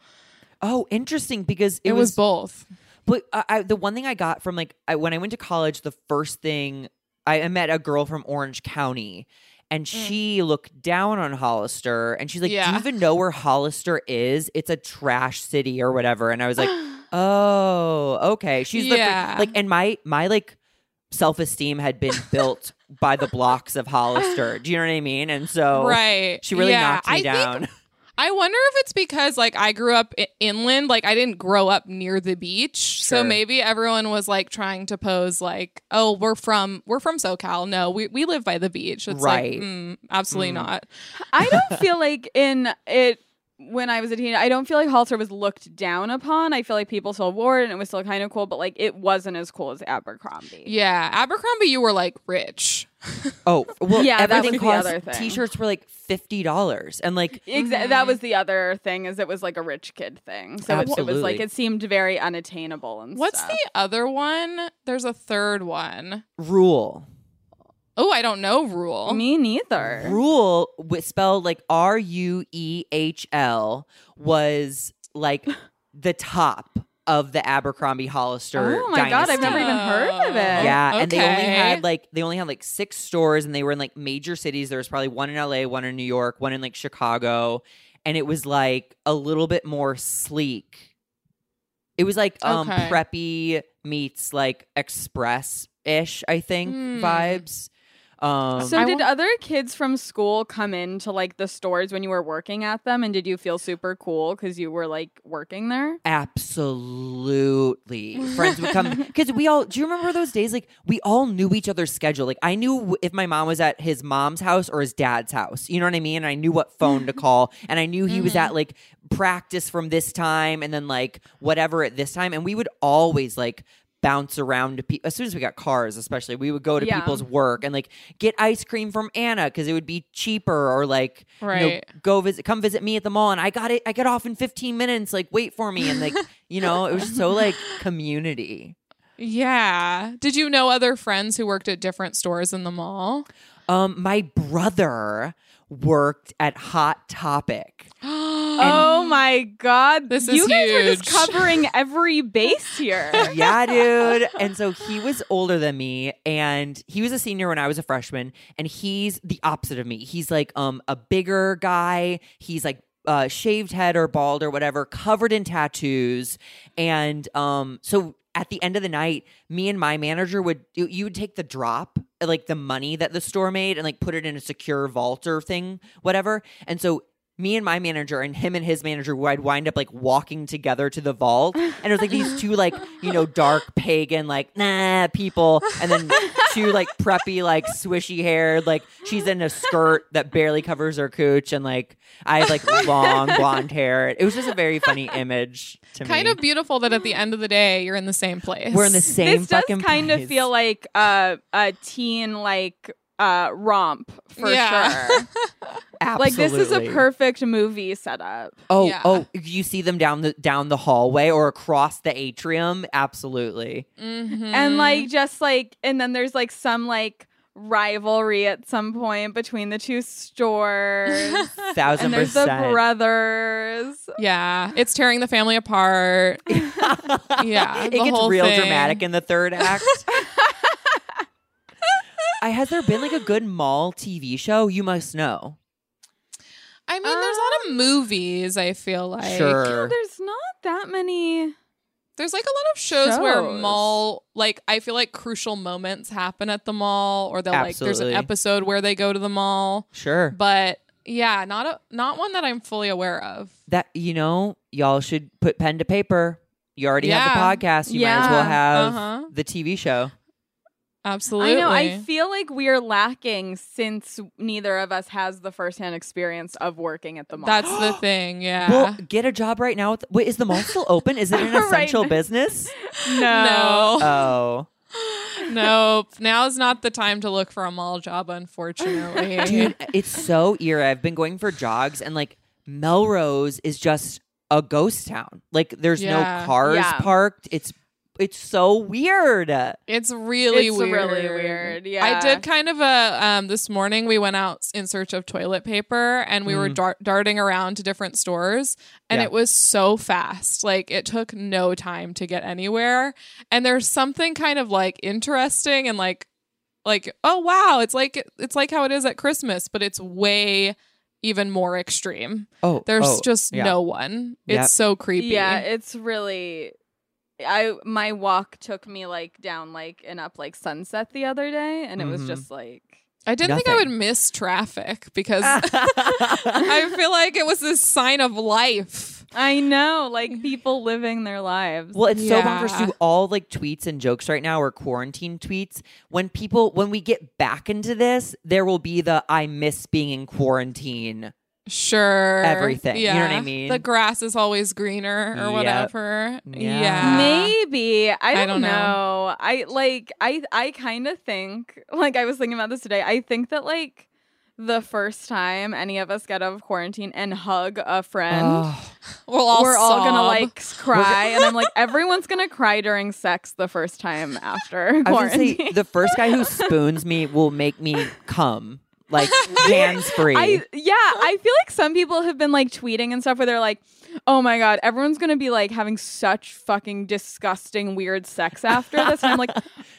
S4: Oh, interesting because
S3: It,
S4: it,
S3: was, both.
S4: But I, I, the one thing I got from like I, when I went to college, the first thing I, I met a girl from Orange County, and she looked down on Hollister, and she's like, "Do
S3: Mm. Yeah.
S4: you even know where Hollister is? It's a trash city or whatever." And I was like, "Oh, okay." She's the fir-
S3: Yeah.
S4: like, and my my like self esteem had been built by the blocks of Hollister. Do you know what I mean? And so
S3: right.
S4: Oh, she really
S3: yeah.
S4: knocked me
S3: I
S4: down.
S3: Think, I wonder if it's because like I grew up I- inland, like I didn't grow up near the beach. So
S4: Sure.
S3: maybe everyone was like trying to pose like, oh, we're from we're from SoCal. No, we, we live by the beach. It's
S4: Right.
S3: like mm, absolutely not.
S2: I don't feel like in it when I was a teen, I don't feel like halter was looked down upon. I feel like people still wore it and it was still kind of cool, but like it wasn't as cool as Abercrombie.
S3: Yeah. Abercrombie, you were like rich.
S4: oh, well,
S2: Yeah, that was
S4: everything
S2: the
S4: cost
S2: other thing.
S4: T-shirts were like fifty dollars, and like.
S2: Exa-
S3: Mm-hmm.
S2: that was the other thing is it was like a rich kid thing. So it, it was like
S4: Absolutely.
S2: it seemed very unattainable and
S3: What's
S2: stuff.
S3: the other one? There's a third one.
S4: rule.
S3: Oh, I don't know rule.
S2: me neither.
S4: Rule with spelled like R U E H L was like the top of the Abercrombie Hollister.
S2: Oh my god, I've never
S4: dynasty.
S2: even heard of it.
S4: Yeah,
S3: Oh, Okay.
S4: and they only had like they only had like six stores, and they were in like major cities. There was probably one in L.A., one in New York, one in like Chicago, and it was like a little bit more sleek. It was like um
S3: Okay.
S4: preppy meets like express ish, I think
S3: Hmm.
S4: vibes. Um,
S2: So
S3: I
S2: did
S3: won-
S2: other kids from school come into like the stores when you were working at them and did you feel super cool cuz you were like working there?
S4: Absolutely. Friends would come because we all, do you remember those days? Like, we all knew each other's schedule. Like, I knew w- if my mom was at his mom's house or his dad's house. You know what I mean? And I knew what phone to call. And I knew he was at like practice from this time and then like whatever at this time. And we would always like, bounce around to people as soon as we got cars especially we would go to
S2: Yeah.
S4: people's work and like get ice cream from anna because it would be cheaper or like you know,
S3: Right.
S4: go visit come visit me at the mall and I got it I got off in 15 minutes like wait for me and like you know it was just so like community
S3: Yeah. Did you know other friends who worked at different stores in the mall?
S4: um my brother worked at Hot Topic
S2: oh my god.
S3: This is
S2: you guys are just
S3: huge.
S2: covering every base here.
S4: yeah, dude. And so he was older than me, and he was a senior when I was a freshman, and he's the opposite of me. He's like um a bigger guy. He's like uh, shaved head or bald or whatever, covered in tattoos, and um so. at the end of the night, me and my manager would you, you would take the drop, like the money that the store made, and like put it in a secure vault or thing, whatever. And so me and my manager and him and his manager would wind up like walking together to the vault and it was like these two like you know dark pagan like nah people and then two like preppy like swishy haired like she's in a skirt that barely covers her cooch and like i have like long blonde hair it was just a very funny image to
S3: Kind
S4: me
S3: of beautiful that at the end of the day you're in the same place.
S4: we're in the same
S2: this does
S4: fucking
S2: kind
S4: place.
S2: of feel like uh, a teen like uh, romp for
S3: Yeah.
S2: sure. like this is a
S4: Absolutely.
S2: perfect movie setup.
S4: oh
S3: Yeah.
S4: oh you see them down the down the hallway or across the atrium absolutely
S3: Mhm.
S2: and like just like and then there's like some like rivalry at some point between the two stores and
S4: thousand
S2: there's the
S4: percent
S2: brothers
S3: yeah, it's tearing the family apart. Yeah,
S4: it
S3: the
S4: gets
S3: whole
S4: real
S3: thing.
S4: dramatic in the third act. I has there been like a good mall TV show? You must know.
S3: I mean, there's a lot of movies. I feel like
S2: Yeah,
S4: sure.
S2: Oh, there's not that many
S3: there's like a lot of shows, where
S2: Shows.
S3: mall, like I feel like crucial moments happen at the mall, or they'll like there's an
S4: Absolutely.
S3: episode where they go to the mall,
S4: Sure.
S3: but yeah, not a not one that I'm fully aware of.
S4: That you know, y'all should put pen to paper. You already
S3: Yeah.
S4: have the podcast. You might as
S2: Yeah.
S4: well have
S3: Uh-huh.
S4: the TV show.
S3: Absolutely,
S2: i know i feel like we're lacking since neither of us has the firsthand experience of working at the mall
S3: that's the thing. Yeah,
S4: Well, get a job right now. With, wait, is the mall still open? Is it an
S2: Right.
S4: essential business?
S3: no,
S4: Oh,
S3: nope. Now's not the time to look for a mall job, unfortunately.
S4: dude, it's so eerie. I've been going for jogs, and like Melrose is just a ghost town. Like there's
S3: Yeah.
S4: no cars
S2: Yeah.
S4: parked. It's it's so weird.
S3: It's really
S2: It's really
S3: weird.
S2: weird,
S3: I
S2: yeah.
S3: did kind of a um this morning we went out in search of toilet paper and we were
S4: Mm.
S3: dar- darting around to different stores and
S4: Yeah.
S3: it was so fast. Like it took no time to get anywhere. And there's something kind of like interesting and like like oh wow, it's like it's like how it is at Christmas, but it's way even more extreme.
S4: Oh,
S3: There's
S4: oh,
S3: just
S4: yeah.
S3: no one.
S4: Yep.
S3: It's so creepy.
S2: yeah it's really i my walk took me like down like and up like sunset the other day and it was
S4: Mhm.
S3: Mm-hmm.
S2: just like
S3: I didn't think I
S4: Nothing.
S3: would miss traffic because
S2: Ah.
S3: I feel like it was this sign of life.
S2: I know, like people living their lives.
S4: Well, it's so bonkers
S3: Yeah.
S4: too. All like tweets and jokes right now are quarantine tweets. When people, when we get back into this, there will be the "I miss being in quarantine."
S3: Sure.
S4: Everything. You know what I mean?
S3: The grass is always greener or
S4: Yep.
S3: whatever. Yeah.
S4: Yeah.
S2: Maybe I don't,
S3: don't know.
S2: know. I like I I kind of think like I was thinking about this today. I think that like the first time any of us get out of quarantine and hug a friend,
S4: Ugh.
S3: We'll all
S2: we're all gonna
S3: sob.
S2: like cry, and I'm like everyone's gonna cry during sex the first time after
S4: I was gonna
S2: quarantine.
S4: say the first guy who spoons me will make me come like hands free.
S2: I yeah, I feel like some people have been like tweeting and stuff where they're like, "Oh my god, everyone's gonna be like having such fucking disgusting weird sex after this." And I'm like,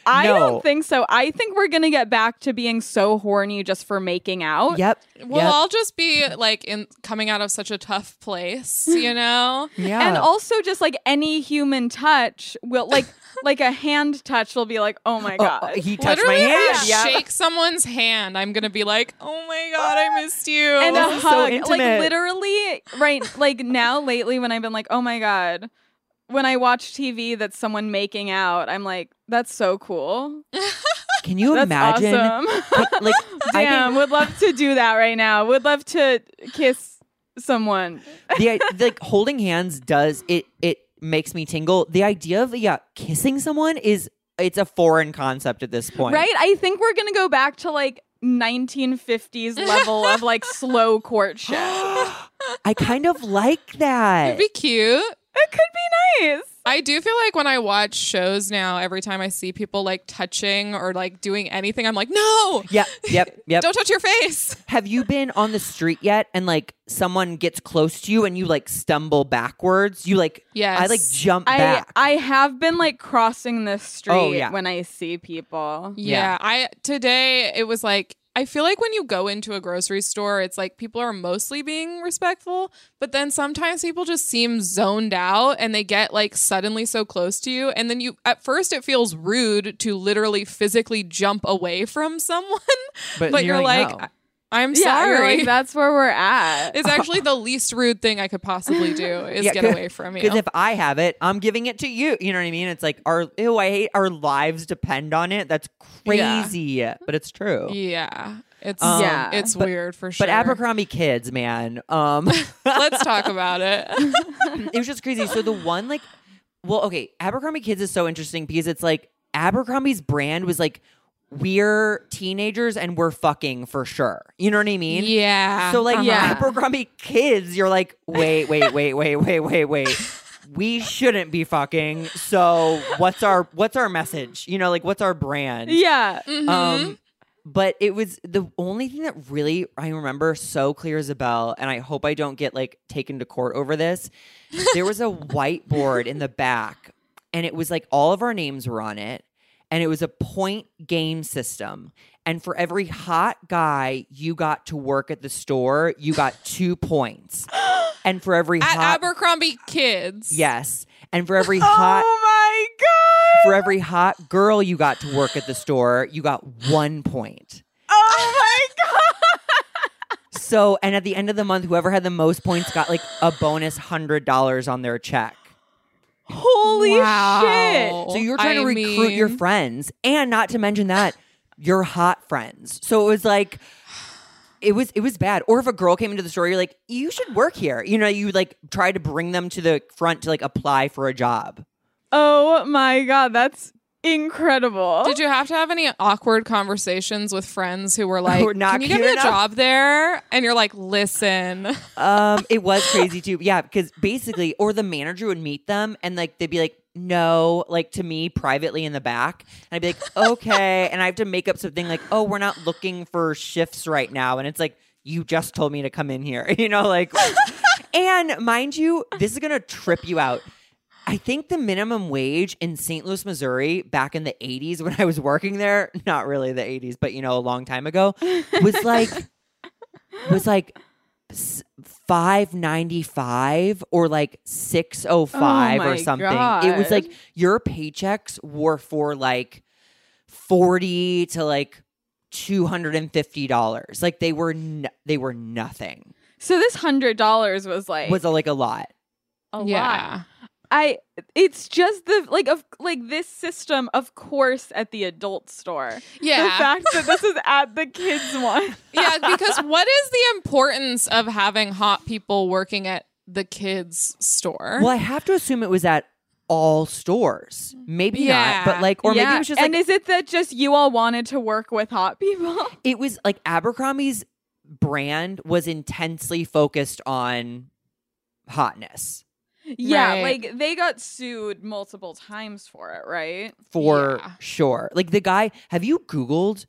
S2: I
S4: No.
S2: don't think so. I think we're gonna get back to being so horny just for making out.
S4: Yep.
S3: We'll
S4: yep.
S3: all just be like in coming out of such a tough place, you know?
S4: yeah.
S2: And also just like any human touch will like like a hand touch will be like, "Oh my
S4: Oh,
S2: god."
S4: oh, he touched
S3: Literally,
S4: my hand.
S3: if I
S2: Yeah.
S3: shake someone's hand, I'm gonna be like, "Oh my god, I missed you."
S2: and
S4: This
S2: a
S4: is so
S2: hug.
S4: intimate.
S2: like literally, right? Like now, lately, when I've been like, oh my god, when I watch TV that's someone making out, I'm like, that's so cool.
S4: Can you
S2: That's
S4: imagine?
S2: awesome.
S4: Like, like, I can
S2: Damn, would love to do that right now. Would love to kiss someone.
S4: the i- like holding hands does it it makes me tingle the idea of yeah kissing someone is it's a foreign concept at this point
S2: Right? I think we're gonna go back to like 1950s level of like slow courtship.
S4: i kind of like that
S3: It'd be cute.
S2: It could be nice.
S3: I do feel like when I watch shows now, every time I see people like touching or like doing anything, I'm like, no,
S4: yep yep yep
S3: don't touch your face.
S4: have you been on the street yet and like someone gets close to you and you like stumble backwards you like
S3: Yes.
S4: i like jump
S2: I
S4: back Oh,
S2: I have been like crossing the street
S4: yeah.
S2: when I see people.
S3: Yeah,
S4: Yeah.
S3: I today it was like I I feel like when you go into a grocery store, it's like people are mostly being respectful, but then sometimes people just seem zoned out and they get like suddenly so close to you. And then you, at first, it feels rude to literally physically jump away from someone, but, you're, like,
S4: no.
S3: I- am
S2: yeah, you're
S3: sorry.
S2: like, that's where we're at.
S3: it's actually the least rude thing I could possibly do is
S4: Yeah,
S3: get
S4: 'cause-
S3: away from you.
S4: Because if I have it, I'm giving it to you. You know what I mean? It's like our ew, I hate our lives depend on it. That's
S3: Yeah.
S4: crazy. But it's true.
S3: yeah. It's
S4: Um,
S3: yeah, it's
S4: but-
S3: weird for sure.
S4: But Abercrombie kids, man. Um
S3: Let's talk about it.
S4: it was just crazy. So the one like, well, okay, Abercrombie Kids is so interesting because it's like Abercrombie's brand was like we're teenagers and we're fucking for sure. You know what I mean?
S3: yeah. uh-huh.
S4: So like
S2: Yeah.
S4: Abercrombie Kids, you're like, wait, wait, wait, wait, wait, wait, wait. We shouldn't be fucking. So what's our what's our message? You know, like what's our brand?
S2: yeah.
S3: Mm-hmm.
S4: Um, but it was the only thing that really I remember so clear as a bell, and I hope I don't get like taken to court over this. There was a whiteboard in the back, and it was like all of our names were on it, and it was a point game system. And for every hot guy you got to work at the store, you got two points. And for every
S3: at
S4: hot
S3: Abercrombie Kids.
S4: yes, and for every hot
S2: oh my god.
S4: for every hot girl you got to work at the store, you got one point.
S2: Oh my
S4: So, and at the end of the month, whoever had the most points got like a bonus hundred dollars on their check.
S2: god. Holy shit.
S4: So you're trying to recruit your
S3: mean,
S4: friends, and not to mention that your hot friends. So it was like, it was it was bad. Or if a girl came into the store, you're like, you should work here. You know, you like try to bring them to the front to like apply for a job.
S2: Oh my god, that's incredible.
S3: Did you have to have any awkward conversations with friends who were like,
S4: Who are not
S3: "Can you give
S4: cute
S3: me a
S4: enough?"
S3: job there?" And you're like, "Listen,
S4: Um, it was crazy too. Yeah, because basically, or the manager would meet them and like they'd be like, no, like to me privately in the back. And I'd be like, okay. and I have to make up something like, oh, we're not looking for shifts right now. And it's like, you just told me to come in here. You know, like, and mind you, this is going to trip you out. I think the minimum wage in St. Louis, Missouri, back in the 80s when I was working there, not really the 80s, but you know, a long time ago, was like, was like, five ninety five or like six oh five
S2: Oh
S4: or
S2: my
S4: something. It was
S2: God.
S4: like your paychecks were for like forty to like two hundred and fifty dollars. Like they were n- they were nothing.
S2: so this hundred dollars was like
S4: Was uh, like a lot.
S2: a lot.
S3: yeah,
S2: I it's just the like of like this system, of course, at the adult store. The
S3: yeah,
S2: fact that this is at the kids one.
S3: yeah." Because what is the importance of having hot people working at the kids' store?
S4: Well, I have to assume it was at all stores. Maybe
S3: Yeah.
S4: not, but like, or maybe it was just like
S2: and is it that just you all wanted to work with hot people?
S4: it was like Abercrombie's brand was intensely focused on hotness
S2: yeah,
S3: Right.
S2: like they got sued multiple times for it, right?
S4: for
S3: Yeah.
S4: sure. Like the guy, have you Googled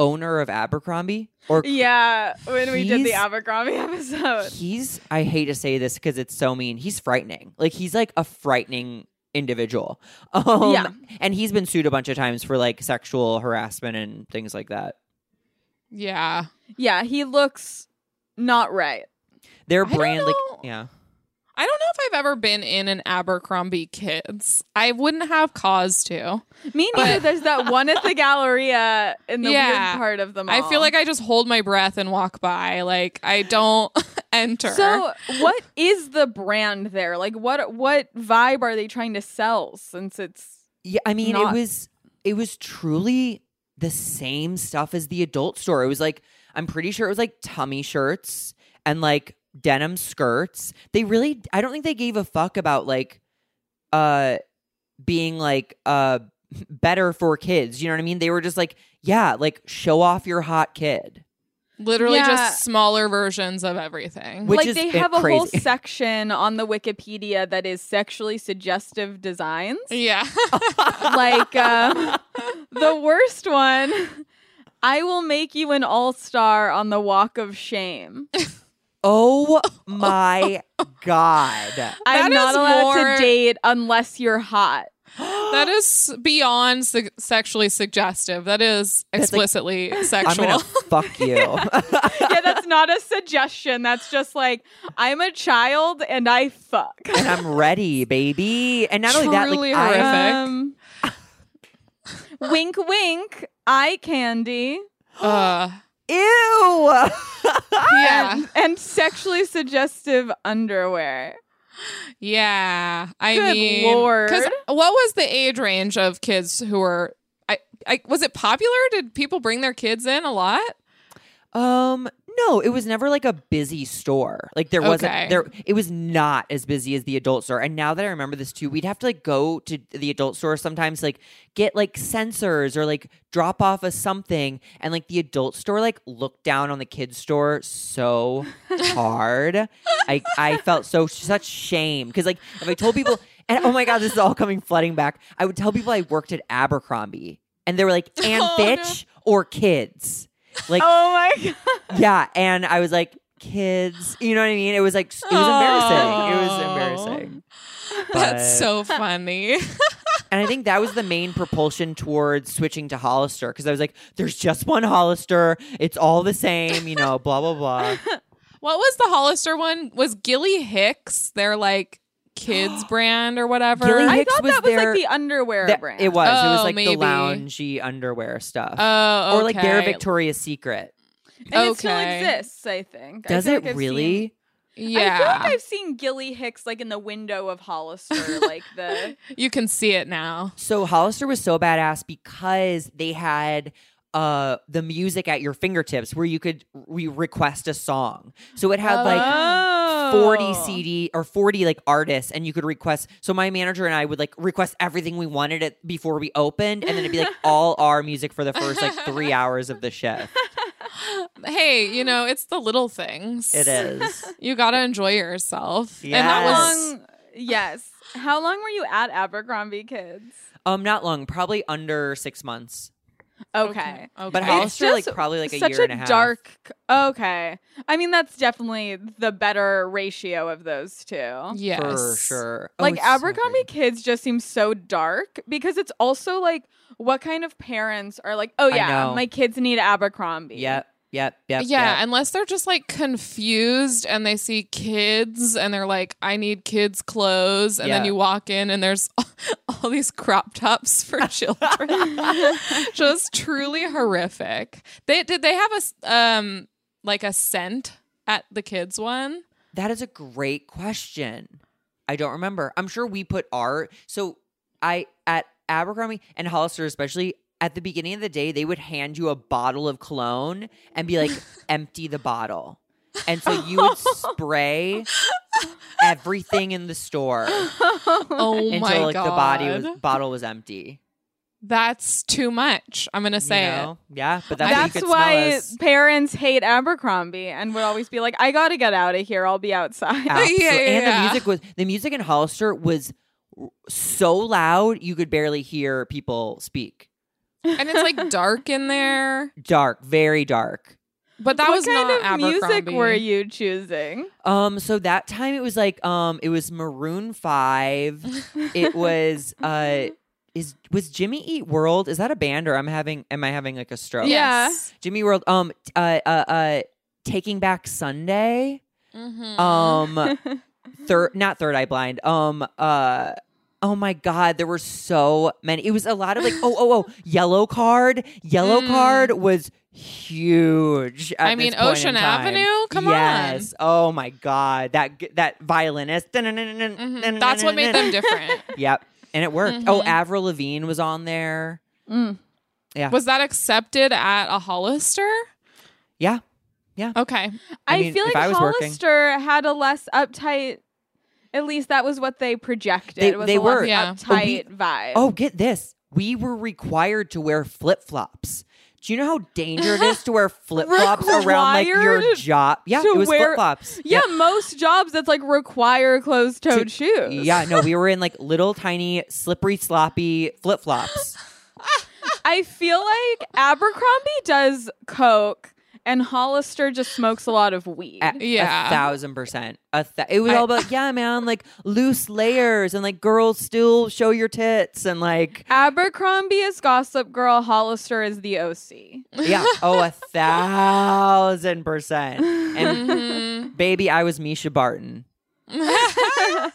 S4: owner of Abercrombie or
S2: Yeah, when we did the
S4: He's-
S2: Abercrombie episode.
S4: he's? I hate to say this because it's so mean. He's frightening. Like he's like a frightening individual. Um,
S2: Yeah.
S4: and he's been sued a bunch of times for like sexual harassment and things like that.
S3: yeah,
S2: Yeah, he looks not right.
S4: Their
S3: I don't
S4: brand, like
S3: know.
S4: yeah,
S3: I don't know if I've ever been in an Abercrombie Kids. I wouldn't have cause to.
S2: Me neither. There's that one at the Galleria in the
S3: Yeah.
S2: weird part of the mall.
S3: I feel like I just hold my breath and walk by. Like I don't enter.
S2: So, what is the brand there? Like, what what vibe are they trying to sell? Since it's
S4: Yeah, I mean,
S2: not-
S4: it was it was truly the same stuff as the adult store. It was like I'm pretty sure it was like tummy shirts and like denim skirts. They really I don't think they gave a fuck about like uh being like uh better for kids. You know what I mean? They were just like, yeah, like show off your hot kid.
S3: Literally
S2: Yeah.
S3: just smaller versions of everything.
S4: Which
S2: like
S4: is
S2: they
S4: it-
S2: have a whole
S4: crazy.
S2: section on the Wikipedia that is sexually suggestive designs.
S3: yeah.
S2: like um, the worst one. I will make you an all star on the walk of shame.
S4: Oh my god.
S2: I'm
S3: That
S2: not
S3: is
S2: allowed
S3: more-
S2: to date unless you're hot.
S3: that is beyond se- sexually suggestive. That is explicitly
S4: I'm
S3: sexual.
S4: gonna fuck you.
S2: yeah, that's not a suggestion. That's just like I'm a child and I fuck.
S4: and I'm ready, baby. And not only that,
S3: Truly
S4: like I,
S3: horrific.
S2: Um, wink, wink. Eye candy
S3: uh,
S4: ew.
S3: yeah,
S2: and sexually suggestive underwear.
S3: yeah. I
S2: Good
S3: mean,
S2: Lord.
S3: what was the age range of kids who were? I, I was it popular? Did people bring their kids in a lot?
S4: um, no, it was never like a busy store. Like there wasn't
S3: Okay.
S4: there. It was not as busy as the adult store. And now that I remember this too, we'd have to like go to the adult store sometimes, like get like sensors or like drop off a something. And like the adult store, like looked down on the kids store so hard. I I felt so such shame because like if I told people. And oh my God, this is all coming flooding back. I would tell people I worked at Abercrombie, and they were like, "And
S3: Oh, no.
S4: bitch or kids." Like
S2: Oh my god.
S4: yeah, and I was like, kids. You know what I mean? It was like it was embarrassing. It was
S3: Oh.
S4: embarrassing.
S3: That's
S4: But-
S3: so funny.
S4: And I think that was the main propulsion towards switching to Hollister because I was like, there's just one Hollister. It's all the same. You know, blah blah blah.
S3: What was the Hollister one? Was Gilly Hicks their like kids brand or whatever?
S4: Gilly
S2: I
S4: Hicks
S2: thought that
S4: was
S2: was
S4: their-
S2: like the underwear
S4: That-
S2: brand.
S4: it was. it was
S3: Oh,
S4: like the
S3: maybe.
S4: loungy underwear stuff.
S3: Oh,
S4: Or like their
S3: okay.
S4: Victoria's Secret.
S2: and it still
S3: okay.
S2: exists. I think. I
S4: Does
S2: feel
S4: it
S2: like I've seen-
S4: really?
S3: Yeah,
S2: I feel like I've seen Gilly Hicks like in the window of Hollister, like the
S3: you can see it now.
S4: So Hollister was so badass because they had uh the music at your fingertips where you could re- request a song. So it had like 40
S2: Oh.
S4: CD or 40 like artists and you could request so my manager and I would like request everything we wanted it before we opened and then it'd be like all our music for the first like 3 hours of the shift.
S3: Hey, you know it's the little things.
S4: It is.
S3: You gotta enjoy yourself. And that was
S2: long. Yes. How long were you at Abercrombie Kids?
S4: Um not long, probably under 6 months.
S2: Okay.
S3: okay.
S4: But
S2: It's
S4: Hollister like
S2: just
S4: probably like a
S2: Such
S4: year
S2: a
S4: and a half.
S2: dark. Okay. I mean, that's definitely the better ratio of those two.
S3: yes,
S4: for sure. Oh,
S2: Like
S4: it's so
S2: Abercrombie
S4: good.
S2: Kids just seems so dark because it's also like, what kind of parents are like, oh
S4: I
S2: yeah,
S4: know.
S2: my kids need Abercrombie.
S4: Yep, yep, yep.
S3: yeah,
S4: yep.
S3: unless they're just like confused and they see kids and they're like, I need kids' clothes. And then
S4: Yeah.
S3: you walk in and there's all, all these crop tops for children. just truly horrific. They Did they have a, s- um, like a scent at the kids' one?
S4: That is a great question. I don't remember. I'm sure we put art. So I at Abercrombie and Hollister especially at the beginning of the day they would hand you a bottle of cologne and be like empty the bottle. And so you would spray everything in the store
S3: Oh
S4: until
S3: my
S4: like
S3: God.
S4: the body was bottle was empty.
S3: That's too much. I'm going to
S4: You
S3: say
S4: know? Yeah, but that's, how you
S2: That's
S4: could smell
S2: why
S4: us.
S2: parents hate Abercrombie and would always be like, I gotta get out of here. I'll be outside.
S4: Absolutely.
S3: yeah,
S4: and the
S3: yeah.
S4: music was the music in Hollister was so loud you could barely hear people speak.
S3: it. And it's like dark in there.
S4: Dark, very dark.
S3: But that
S2: what
S3: was
S2: kind
S3: not
S2: of music
S3: Abercrombie.
S2: were you choosing?
S4: Um, so that time it was like um it was Maroon Five. it was uh is was Jimmy Eat World? Is that a band or I'm having am I having like a stroke?
S2: Yeah.
S3: Yes.
S4: Jimmy World, um t- uh uh, uh Taking Back Sunday.
S3: Mhm.
S4: Um third not third eye blind. Um uh Oh my God, there were so many. It was a lot of like, oh, oh, oh, yellow card. Yellow
S3: Mm.
S4: card was huge. at
S3: I mean,
S4: this point in
S3: Ocean
S4: time.
S3: Avenue? Come on.
S4: yes. Oh my God, that g- that violinist.
S3: Mhm. That's what made them different.
S4: Yep, and it worked. Oh,
S3: Mhm.
S4: Avril Lavigne was on there.
S2: Mm.
S3: Was that accepted at a Hollister?
S4: Yeah,
S3: Okay.
S4: I
S2: I,
S4: mean,
S2: feel
S4: if
S2: like
S4: I was working-
S2: Hollister had a less uptight. At least that was what they projected.
S4: They-
S2: was
S4: they
S2: a less
S4: were.
S3: Yeah.
S4: Oh, we-
S2: uptight vibe.
S4: Oh, get this. We were required to wear flip flops. Do you know how dangerous it is to wear flip flops around like your
S2: Required
S4: job? Yeah,
S2: to
S4: it was
S2: wear-
S4: flip flops.
S2: yeah, most jobs that's like require closed toed
S4: To-
S2: shoes.
S4: Yeah, no, we were in like little tiny slippery sloppy flip flops.
S2: I feel like Abercrombie does coke And Hollister just smokes a lot of weed.
S4: A-
S3: Yeah.
S4: a thousand percent. A th- it was
S3: I-
S4: all about yeah, man, like loose layers and like girls still show your tits and like
S2: Abercrombie is Gossip Girl. Hollister is the OC.
S4: yeah. Oh, a thousand percent.
S2: Mm-hmm.
S4: And
S3: Mhm.
S4: baby, I was Misha Barton.
S3: I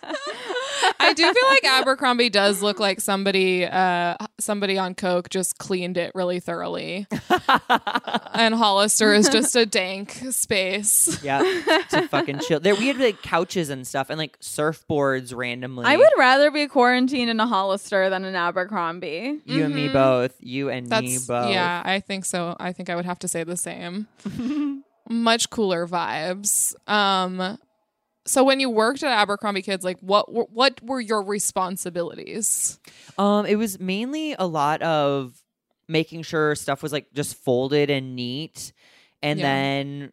S3: do feel like Abercrombie does look like somebody uh somebody on coke just cleaned it really thoroughly. and Hollister is just a dank space.
S4: Yeah, to fucking chill. There, we had like couches and stuff and like surfboards randomly.
S2: I would rather be quarantined in a Hollister than an Abercrombie.
S4: You and me
S3: Mhm.
S4: both. You and me
S3: That's
S4: both.
S3: yeah, I think so. I think I would have to say the same. Much cooler vibes. Um so when you worked at Abercrombie Kids, like what were, what were your responsibilities?
S4: Um, it was mainly a lot of making sure stuff was like just folded and neat, and
S3: Yeah.
S4: then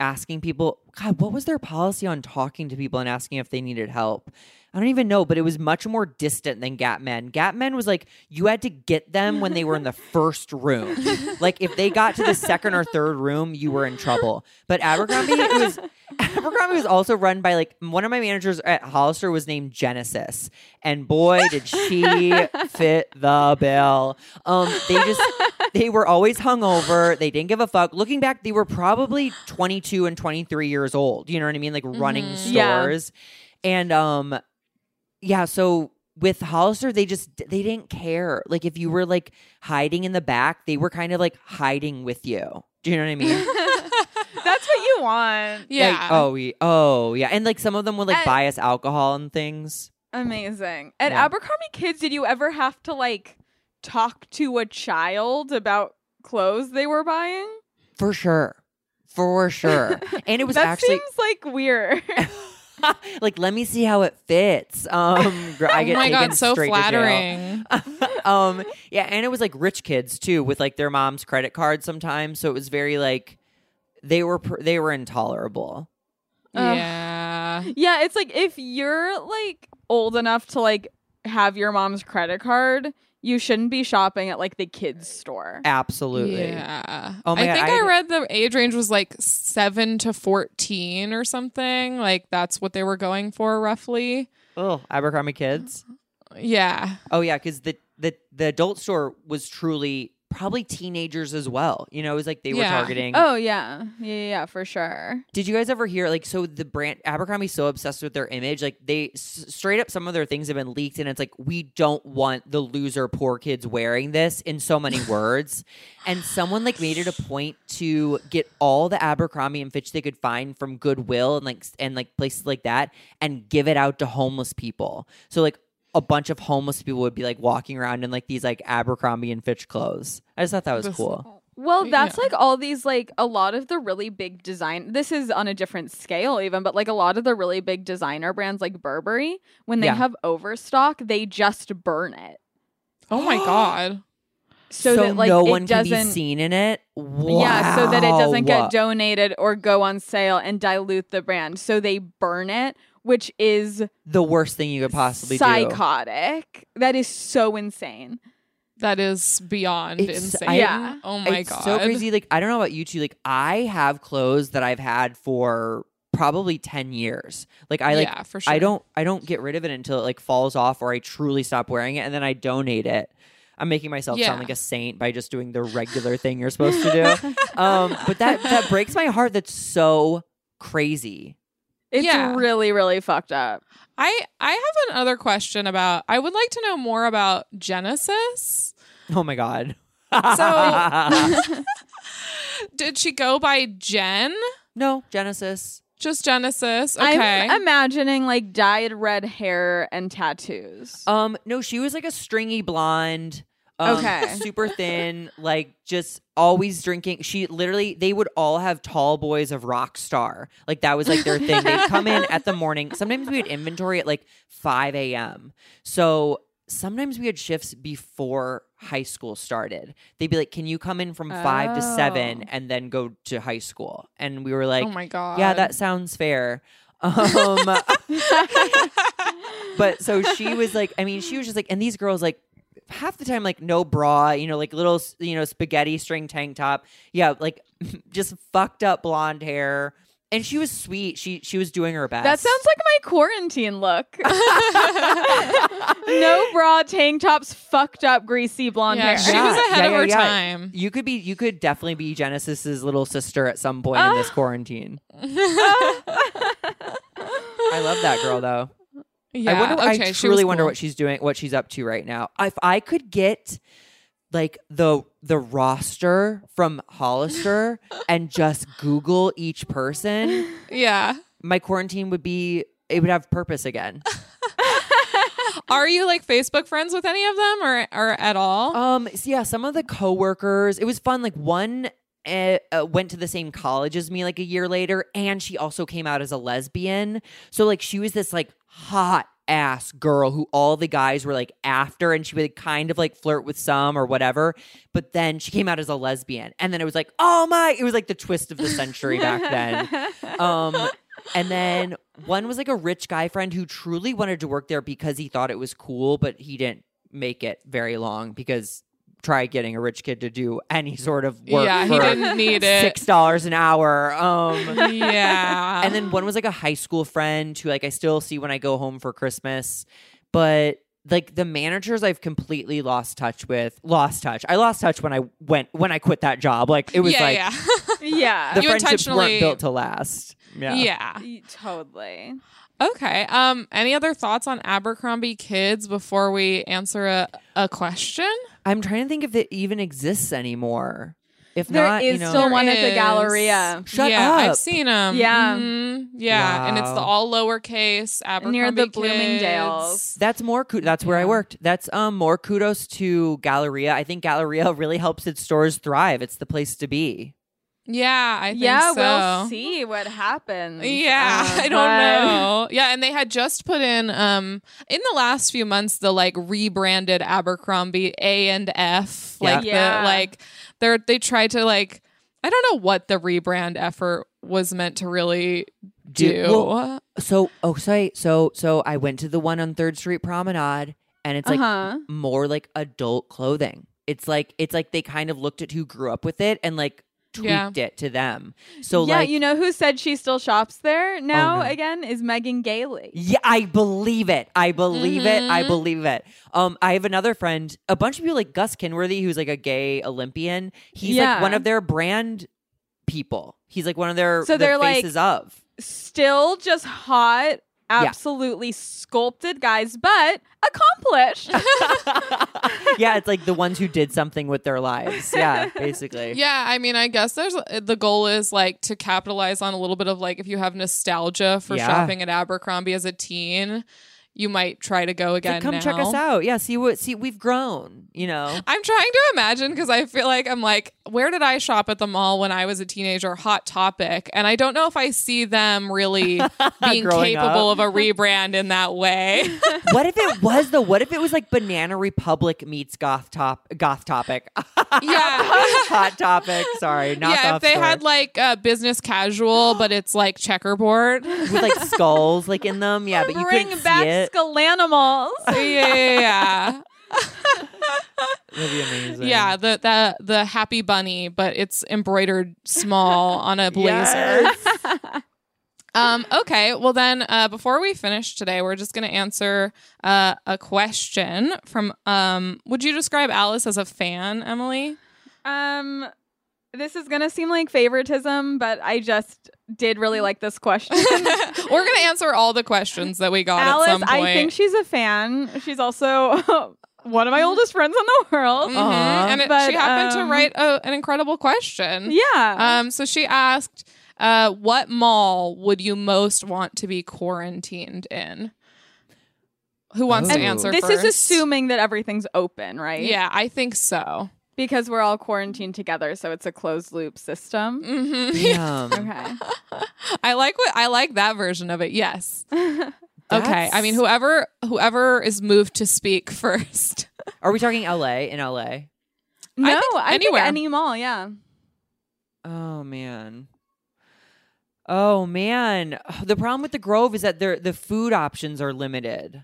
S4: asking people. God, what was their policy on talking to people and asking if they needed help? I don't even know, but it was much more distant than Gap Men. Gap Men was like you had to get them when they were in the first room. like if they got to the second or third room, you were in trouble. But Abercrombie it was Abercrombie was also run by like one of my managers at Hollister was named Genesis, and boy did she fit the bill. Um, they just they were always hungover. They didn't give a fuck. Looking back, they were probably twenty two and twenty three years old. You know what I mean? Like running
S3: Mhm.
S2: Yeah.
S4: stores, and um, yeah. So with Hollister, they just they didn't care. Like if you were like hiding in the back, they were kind of like hiding with you. Do you know what I mean?
S2: That's what you want.
S3: Yeah. Uh,
S4: Like, oh, we, oh, yeah. And like some of them would like
S2: And-
S4: buy us alcohol and things.
S2: Amazing. At
S4: Yeah.
S2: Abercrombie Kids, did you ever have to like talk to a child about clothes they were buying?
S4: For sure. For sure. and it was
S2: that
S4: actually
S2: seems like weird.
S4: like, let me see how it fits. Um, gr- I
S3: oh
S4: get
S3: my
S4: taken
S3: god, so
S4: straight to jail.
S3: flattering.
S4: um, yeah. And it was like rich kids too with like their mom's credit card sometimes. So it was very like, they were, pr- they were intolerable.
S2: Ugh.
S3: yeah.
S2: yeah, it's like if you're like old enough to like have your mom's credit card, you shouldn't be shopping at like the kids store.
S4: Absolutely.
S3: Yeah.
S4: Oh my
S3: I
S4: God,
S3: think I,
S4: I had-
S3: read the age range was like 7 to 14 or something. Like that's what they were going for roughly.
S4: Oh, Abercrombie kids.
S3: Yeah.
S4: Oh yeah, because the, the the adult store was truly probably teenagers as well. You know, it was like they were
S3: Yeah.
S4: targeting.
S2: Oh yeah. Yeah, yeah, yeah, for sure.
S4: Did you guys ever hear like so the brand Abercrombie's so obsessed with their image, like they s- straight up some of their things have been leaked, and it's like we don't want the loser poor kids wearing this in so many words, and someone like made it a point to get all the Abercrombie and Fitch they could find from Goodwill and like s- and like places like that, and give it out to homeless people. So like a bunch of homeless people would be like walking around in like these like Abercrombie and Fitch clothes. I just thought that was
S3: This-
S4: cool.
S2: Well,
S3: Yeah.
S2: that's like all these like a lot of the really big design. This is on a different scale even, but like a lot of the really big designer brands like Burberry, when they
S4: Yeah.
S2: have overstock, they just burn it.
S3: Oh my god.
S2: So that, like,
S4: no
S2: it
S4: one can
S2: doesn't-
S4: be seen in it.
S2: Yeah, so that it doesn't
S4: Wow.
S2: get donated or go on sale and dilute the brand. So they burn it, which is
S4: the worst thing you could possibly do.
S2: psychotic. That is so insane.
S3: That is beyond
S4: It's-
S3: insane.
S4: I-
S2: Yeah.
S3: Oh my
S4: it's
S3: god.
S4: so crazy. Like I don't know about you two. Like I have clothes that I've had for probably ten years. Like I like
S3: yeah, for sure.
S4: I don't I don't get rid of it until it like falls off or I truly stop wearing it and then I donate it. I'm making myself
S3: Yeah.
S4: sound like a saint by just doing the regular thing you're supposed to do. um, but that that breaks my heart. That's so crazy.
S2: It's
S3: Yeah.
S2: really, really fucked up.
S3: I I have another question about I would like to know more about Genesis.
S4: Oh my god.
S3: So- Did she go by Jen?
S4: no Genesis.
S3: Just Genesis. Okay.
S2: I'm imagining like dyed red hair and tattoos.
S4: Um, no, she was like a stringy blonde. Um,
S2: Okay.
S4: Super thin, like just always drinking. She literally, they would all have tall boys of rock star. Like that was like their thing. They'd come in at the morning. Sometimes we had inventory at like 5 a.m. So sometimes we had shifts before high school started. They'd be like, Can you come in from five to seven
S2: Oh.
S4: and then go to high school? And we were like,
S3: oh my god.
S4: yeah, that sounds fair. Um, but so she was like, I mean, she was just like, and these girls like half the time like no bra, you know, like little s- you know spaghetti string tank top. Yeah, like just fucked up blonde hair. And she was sweet. She she was doing her best.
S2: That sounds like my quarantine look. no bra, tank tops, fucked up, greasy blonde
S3: yeah, she
S2: hair.
S4: Yeah,
S3: was ahead
S4: yeah,
S3: of
S4: yeah,
S3: her
S4: yeah.
S3: time.
S4: you could be you could definitely be Genesis's little sister at some point in this quarantine. I love that girl though.
S3: Yeah.
S4: I wonder.
S3: okay,
S4: I
S3: she was
S4: truly wonder
S3: cool.
S4: what she's doing, what she's up to right now. If I could get like the the roster from Hollister and just Google each person,
S3: Yeah.
S4: my quarantine would be it would have purpose again.
S3: Are you like Facebook friends with any of them or or at all?
S4: Um, so yeah, some of the coworkers. It was fun. Like one uh, uh, went to the same college as me, like a year later, and she also came out as a lesbian. So like she was this like hot ass girl who all the guys were like after, and she would kind of like flirt with some or whatever. But then she came out as a lesbian, and then it was like, oh my! It was like the twist of the century back then. Um, and then one was like a rich guy friend who truly wanted to work there because he thought it was cool, but he didn't make it very long because try getting a rich kid to do any sort of work
S3: yeah, he
S4: for
S3: didn't need it.
S4: six dollars an hour. Um,
S3: yeah.
S4: and then one was like a high school friend who like I still see when I go home for Christmas, but like the managers I've completely lost touch with. Lost touch. I lost touch when I went when I quit that job. Like it was
S3: yeah,
S4: like
S3: yeah.
S2: yeah.
S4: the
S3: You
S4: friendships
S3: intentionally-
S4: weren't built to last. Yeah.
S3: yeah.
S2: Y- Totally.
S3: Okay. Um any other thoughts on Abercrombie kids before we answer a, a question?
S4: I'm trying to think if it even exists anymore. If
S2: There is
S4: not, you know,
S2: still one at
S3: There
S2: the
S3: is.
S2: Galleria.
S4: Shut
S3: yeah,
S4: up.
S3: I've seen them.
S2: Yeah.
S3: Yeah, and it's the
S4: Wow.
S3: all lowercase Abercrombie
S2: Near the
S3: Kids.
S2: Bloomingdale's.
S4: That's more. Ku- that's where I worked. That's um more kudos to Galleria. I think Galleria really helps its stores thrive. It's the place to be.
S3: Yeah, I think
S2: yeah,
S3: so.
S2: we'll see what happens.
S3: Yeah,
S4: oh,
S2: Uh,
S3: I don't
S2: but-
S3: know. Yeah, and they had just put in um in the last few months the like rebranded Abercrombie A and F
S4: Yeah.
S3: like
S2: Yeah.
S3: the like they're they tried to like I don't know what the rebrand effort was meant to really do.
S4: Dude, well, So oh, sorry. So so I went to the one on Third Street Promenade, and it's like
S2: Uh-huh.
S4: more like adult clothing. It's like it's like they kind of looked at who grew up with it and like
S3: Yeah.
S4: tweaked it to them. So
S2: yeah,
S4: like Oh,
S2: you know who said she still shops there now
S4: no.
S2: again is Megan Gailey.
S4: Yeah, I believe it. I believe it. I
S3: Mhm.
S4: believe it. Um, I have another friend, a bunch of people like Gus Kinworthy, who's like a gay Olympian. He's
S2: Yeah.
S4: like one of their brand people. He's like one of their
S2: So
S4: the
S2: they're, like-
S4: faces of.
S2: Still just hot, absolutely sculpted guys, but accomplished.
S4: yeah, it's like the ones who did something with their lives. Yeah, basically.
S3: Yeah, I mean, I guess there's uh, the goal is like to capitalize on a little bit of like if you have nostalgia for
S4: Yeah.
S3: shopping at Abercrombie as a teen, you might try to go
S4: Like,
S3: again.
S4: come check
S3: now.
S4: us out. Yeah, see what see we've grown. You know.
S3: I'm trying to imagine because I feel like I'm like, where did I shop at the mall when I was a teenager? Hot topic. And I don't know if I see them really being
S4: Growing
S3: capable of
S4: up.
S3: a rebrand in that way.
S4: what if it was though? What if it was like Banana Republic meets Goth Top Goth Topic?
S3: yeah.
S4: Hot topic. Sorry, not
S3: yeah, if
S4: Goth
S3: they
S4: Store.
S3: had like uh, business casual, but it's like checkerboard. yeah,
S4: with like skulls like in them. Yeah, but you
S2: Bring
S4: couldn't
S2: back
S4: see it.
S2: Scalanimals.
S3: yeah, yeah.
S4: That'd be amazing.
S3: yeah the, the the happy bunny, but it's embroidered small on a blazer. Um, okay, well then, uh, before we finish today, we're just going to answer uh, a question from. Um, would you describe Alice as a fan, Emily?
S2: Um, this is gonna seem like favoritism, but I just did really like this question.
S3: we're going to answer all the questions that we got at
S2: Alice,
S3: some point.
S2: I think she's a fan. She's also one
S3: Mm-hmm.
S2: of my oldest friends in the world.
S3: Mhm.
S4: Uh-huh.
S3: and it,
S2: But,
S3: she happened
S2: um,
S3: to write a, an incredible question.
S2: Yeah.
S3: Um, so she asked, uh, "What mall would you most want to be quarantined in?" Who wants to
S4: Ooh.
S3: answer?
S2: this is
S3: first?
S2: assuming that everything's open, right?
S3: Yeah, I think so.
S2: Because we're all quarantined together, so it's a closed loop system.
S3: hmm
S4: Damn.
S2: Okay.
S3: I like what I like that version of it. Yes. Okay. I mean, whoever whoever is moved to speak first.
S4: Are we talking LA in LA?
S2: No, I
S3: think
S2: think
S3: anywhere.
S2: any mall, yeah.
S4: Oh man. Oh man. The problem with the Grove is that there the food options are limited.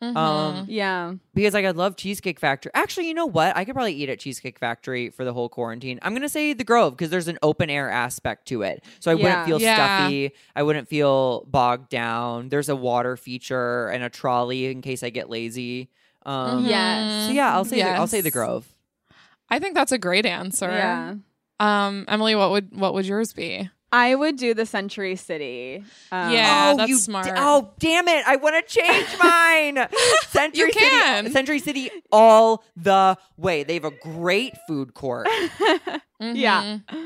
S2: Mm-hmm.
S4: Um,
S2: Yeah.
S4: because like I love Cheesecake Factory. Actually, you know what? I could probably eat at Cheesecake Factory for the whole quarantine. I'm gonna say the Grove because there's an open air aspect to it, so I
S2: Yeah.
S4: wouldn't feel
S3: Yeah.
S4: stuffy. I wouldn't feel bogged down. There's a water feature and a trolley in case I get lazy. Um,
S2: Mhm.
S4: So yeah, I'll say the, I'll say the
S3: Yes.
S4: Grove.
S3: Mm-hmm. I think that's a great answer.
S2: Yeah.
S3: Um, Emily, what would what would yours be?
S2: I would do the Century City. Um,
S3: Yeah.
S4: oh,
S3: that's
S4: you
S3: smart.
S4: d- oh, damn it! I want to change mine. Century
S3: You can.
S4: City, Century City, all the way. They have a great food court.
S2: Mm-hmm. Yeah. Yeah.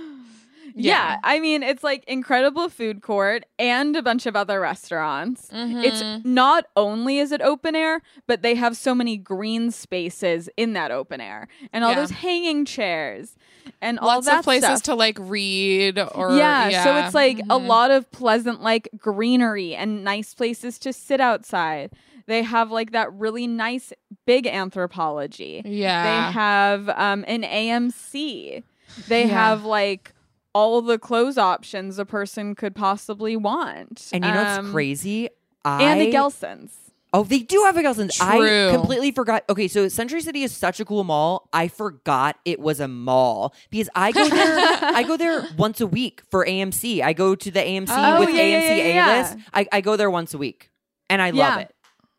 S3: Yeah.
S2: I mean, it's like incredible food court and a bunch of other restaurants. It's
S3: Mm-hmm.
S2: not only is it open air, but they have so many green spaces in that open air and all
S3: Yeah.
S2: those hanging chairs and all
S3: lots
S2: that
S3: of places
S2: stuff.
S3: to like read or
S2: yeah, so it's like a
S3: Mhm.
S2: lot of pleasant like greenery and nice places to sit outside. They have like that really nice big anthropology.
S3: Mm-hmm. Yeah.
S2: They have um, an AMC. They
S3: Yeah.
S2: have like all the clothes options a person could possibly want.
S4: And you know what's
S2: Um,
S4: crazy? I,
S2: And the Gelsons.
S4: Oh, they do have a Gelson's.
S3: True.
S4: I completely forgot. Okay, so Century City is such a cool mall. I forgot it was a mall because I go there. I go there once a week for AMC. I go to the AMC
S2: Oh,
S4: with
S2: yeah, yeah,
S4: AMC
S2: yeah, yeah.
S4: A list. I, I go there once a week, and I
S2: Yeah.
S4: love it.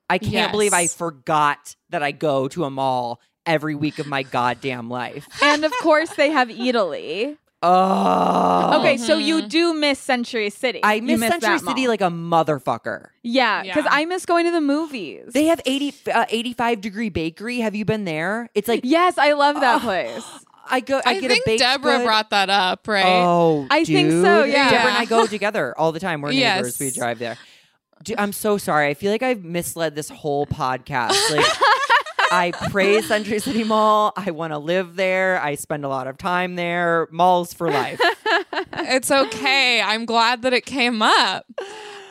S4: I can't believe I
S3: Yes.
S4: forgot that I go to a mall every week of my goddamn life.
S2: and of course, they have Italy.
S4: Oh,
S2: Okay, so you do miss Century City.
S4: I
S2: You
S4: miss Century
S2: that
S4: City
S2: mall.
S4: like a motherfucker.
S2: yeah, because
S3: Yeah.
S2: I miss going to the movies.
S4: They have 80, uh, 85 degree bakery. Have you been there? It's like
S2: yes, I love
S4: Oh.
S2: that place.
S4: I go. I,
S3: I,
S4: get
S3: think
S4: a baked
S3: Deborah
S4: good.
S3: brought that up, right?
S4: Oh,
S2: I think so,
S4: dude.
S2: yeah.
S4: Deborah and
S3: Yeah.
S4: I go together all the time. We're
S3: Yes.
S4: neighbors. We drive there. Dude, I'm so sorry. I feel like I've misled this whole podcast. Like, I praise Century City Mall. I want to live there. I spend a lot of time there. Malls for life.
S3: It's okay. I'm glad that it came up.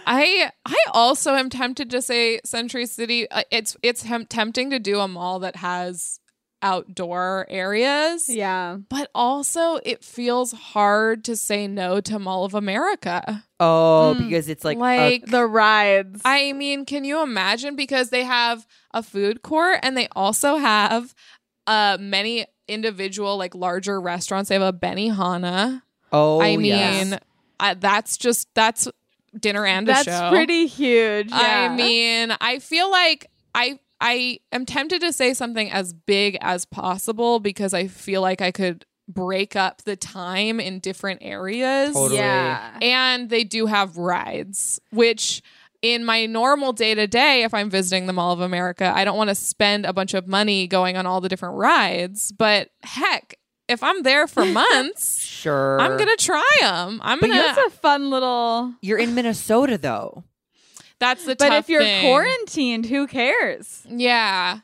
S3: I I also am tempted to say Century City. Uh, It's it's hem- tempting to do a mall that has outdoor areas.
S2: Yeah.
S3: But also, it feels hard to say no to Mall of America.
S4: Oh,
S2: Mm.
S4: because it's like, a-
S3: Like-
S2: The rides.
S3: I mean, can you imagine? Because they have a food court and they also have uh, many individual, like larger restaurants. They have a Benihana.
S4: oh,
S3: I mean,
S4: yes.
S3: I, that's just, that's dinner and
S2: That's
S3: a show.
S2: pretty huge. yeah.
S3: I mean, I feel like I I am tempted to say something as big as possible because I feel like I could break up the time in different areas.
S4: Totally.
S2: yeah.
S3: And they do have rides, which in my normal day to day, if I'm visiting the Mall of America, I don't want to spend a bunch of money going on all the different rides. But heck, if I'm there for months,
S4: sure.
S3: I'm gonna try them. I'm
S2: But
S3: gonna.
S2: that's a fun little.
S4: You're in Minnesota though.
S3: that's the.
S2: But
S3: tough
S2: if you're
S3: thing.
S2: quarantined, who cares?
S3: yeah.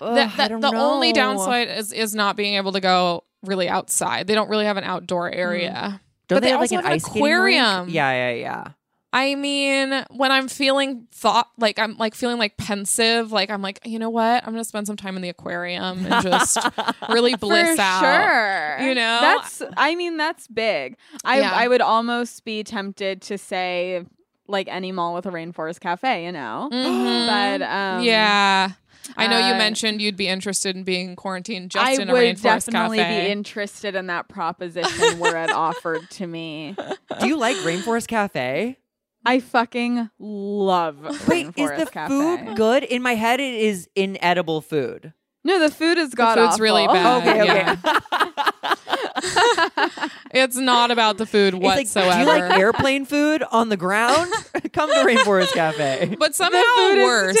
S4: Ugh,
S3: the,
S4: I
S3: the,
S4: don't
S3: the only
S4: know.
S3: downside is is not being able to go really outside. They don't really have an outdoor
S2: Mm.
S3: area.
S4: Don't
S3: but
S4: they,
S3: they
S4: have like
S3: also
S4: an
S3: have an
S4: ice skating rink?
S3: aquarium.
S4: Yeah, yeah, yeah.
S3: I mean, when I'm feeling thought like I'm like feeling like pensive, like I'm like, you know what? I'm gonna spend some time in the aquarium and just really bliss
S2: For
S3: out.
S2: Sure.
S3: You know?
S2: That's I mean, that's big. I
S3: Yeah.
S2: I would almost be tempted to say like any mall with a rainforest cafe, you know?
S3: Mhm.
S2: But um
S3: yeah. I know you
S2: uh,
S3: mentioned you'd be interested in being quarantined just
S2: I
S3: in a
S2: would
S3: rainforest
S2: definitely
S3: cafe.
S2: be interested in that proposition were it offered to me.
S4: Do you like Rainforest Cafe?
S2: I fucking love
S4: Wait, is
S2: Rainforest
S4: the
S2: Cafe.
S4: food good? In my head, it is inedible food.
S2: No, the food is god
S3: food's really bad.
S4: Okay,
S3: yeah.
S4: okay.
S3: it's not about the food
S4: It's like,
S3: whatsoever.
S4: do you like airplane food on the ground? Come to Rainforest Cafe.
S3: but somehow
S2: The food
S3: worse
S2: is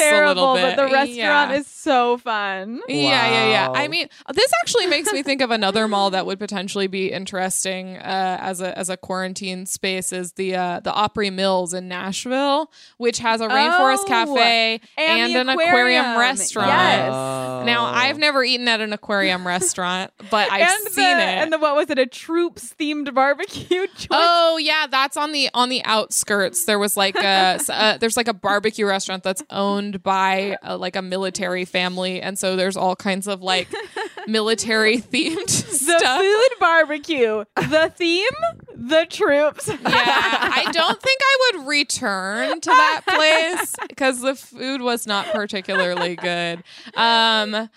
S3: a
S2: terrible,
S3: little bit.
S2: but the restaurant
S3: Yeah.
S2: is so fun.
S3: Yeah, yeah, yeah. I
S4: Wow.
S3: mean, this actually makes me think of another mall that would potentially be interesting uh, as a as a quarantine space is the uh, the Opry Mills in Nashville, which has a rainforest
S2: Oh,
S3: cafe and,
S2: and the
S3: an aquarium,
S2: aquarium.
S3: restaurant.
S2: Yes.
S4: Oh.
S3: Now, I've never eaten at an aquarium restaurant, but I've
S2: and
S3: seen
S2: the,
S3: it.
S2: And the what was it? A troops themed barbecue joint.
S3: Oh yeah, that's on the on the outskirts. There was like a s- uh, there's like a barbecue restaurant that's owned by uh like a military family, and so there's all kinds of like military themed
S2: the
S3: stuff.
S2: food barbecue. The theme, the troops.
S3: yeah, I don't think I would return to that place because the food was not particularly good. Um,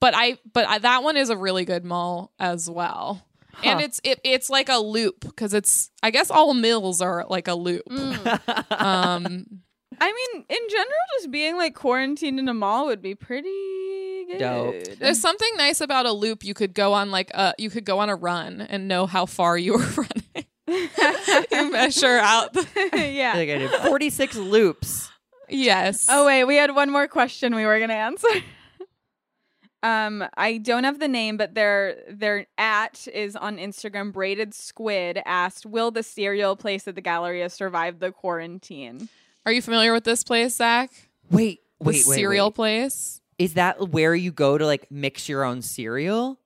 S3: but I, but I, that one is a really good mall as well. And it's it, it's like a loop because it's I guess all meals are like a loop. Um,
S2: I mean, in general, just being like quarantined in a mall would be pretty good.
S4: Dope.
S3: there's something nice about a loop. You could go on like a you could go on a run and know how far you were running. you measure out the
S2: yeah.
S4: like I did 46 loops.
S3: yes.
S2: Oh wait, we had one more question we were gonna answer. um, I don't have the name, but their their at is on Instagram. Braided Squid asked, "Will the cereal place at the Galleria survive the quarantine?"
S3: Are you familiar with this place, Zach?
S4: Wait,
S3: The
S4: wait, wait,
S3: cereal
S4: wait.
S3: place.
S4: Is that where you go to like mix your own cereal?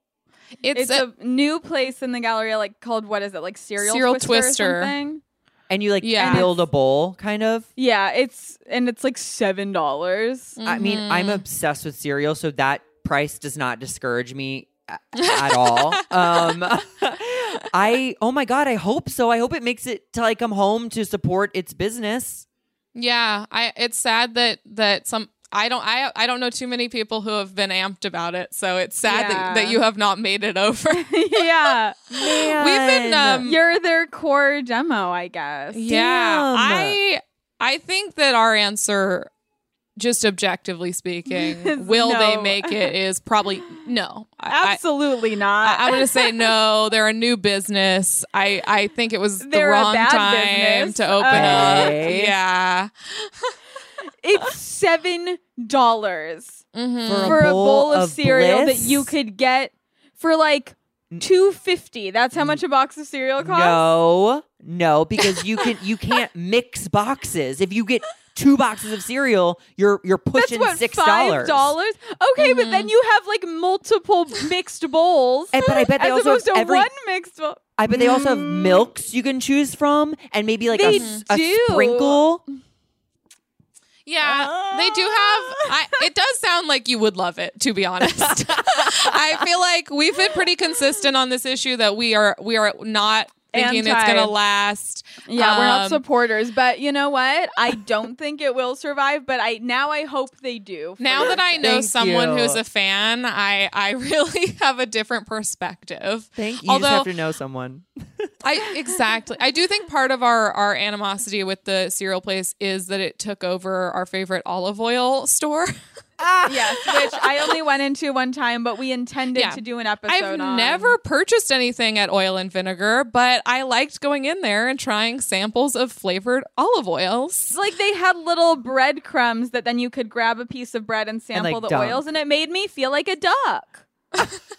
S3: It's,
S2: It's,
S3: a,
S2: a, new place in the Galleria, like called what is it, like cereal,
S3: Cereal
S2: twister, or
S3: Twister.
S2: something?
S4: And you like
S3: Yeah.
S4: build a bowl, kind of?
S2: Yeah, it's and it's like seven dollars.
S4: I mean, I'm
S2: Mm-hmm.
S4: obsessed with cereal, so that price does not discourage me a- at all. Um, I oh my god, I hope so. I hope it makes it till I come home to support its business.
S3: Mm-hmm. yeah. I it's sad that that some I don't I I don't know too many people who have been amped about it. So it's sad
S2: Yeah.
S3: that, that you have not made it over.
S4: Mm.
S2: yeah,
S3: been, um,
S2: you're their core demo, I guess.
S3: yeah. I I think that our answer just objectively speaking, will they
S2: No.
S3: make it is probably no. I- I-
S2: Absolutely not.
S4: uh,
S3: I, I'm gonna say no. They're a new business. I I think it was the
S2: They're a
S3: wrong
S2: bad
S3: time
S2: business.
S3: to open up.
S4: Okay.
S3: Yeah,
S2: It's seven dollars
S3: Mhm.
S4: For a
S2: for a
S4: bowl
S2: bowl of,
S4: of
S2: cereal
S4: bliss?
S2: that you could get for like two fifty. That's
S4: Mm.
S2: how much a box of cereal costs.
S4: No, no, because you can you can't mix boxes. If you get two boxes of cereal, you're you're
S2: That's
S4: pushing
S2: what
S4: six
S2: five
S4: dollars. Mm-hmm.
S2: dollars. Okay, but then you have like multiple mixed bowls
S4: And- but I bet they
S2: as
S4: also
S2: opposed to
S4: have every-
S2: one mixed bowl.
S4: I bet they also have milks you can choose from, and maybe like a,
S2: They
S4: s- a
S2: do.
S4: sprinkle.
S3: yeah. they do
S2: Ah.
S3: have. I, it does sound like you would love it. To be honest, I feel like we've been pretty consistent on this issue that we are we are not thinking it's
S2: Anti.
S3: gonna last.
S2: Yeah, we're
S3: Um,
S2: not supporters, but you know what? I don't think it will survive. But I now I hope they do. for
S3: Now
S2: your
S3: that I know
S4: Thank
S3: someone
S4: you.
S3: who's a fan, I I really have a different perspective.
S4: Thank you.
S3: Although
S4: you just have to know someone.
S3: I exactly. I do think part of our our animosity with the cereal place is that it took over our favorite olive oil store.
S2: yes, which I only went into one time, but we intended
S3: Yeah.
S2: to do an episode.
S3: I've
S2: on.
S3: never purchased anything at Oil and Vinegar, but I liked going in there and trying samples of flavored olive oils.
S2: like they had little breadcrumbs that then you could grab a piece of bread and sample
S4: like,
S2: the
S4: dunk.
S2: oils, and it made me feel like a duck.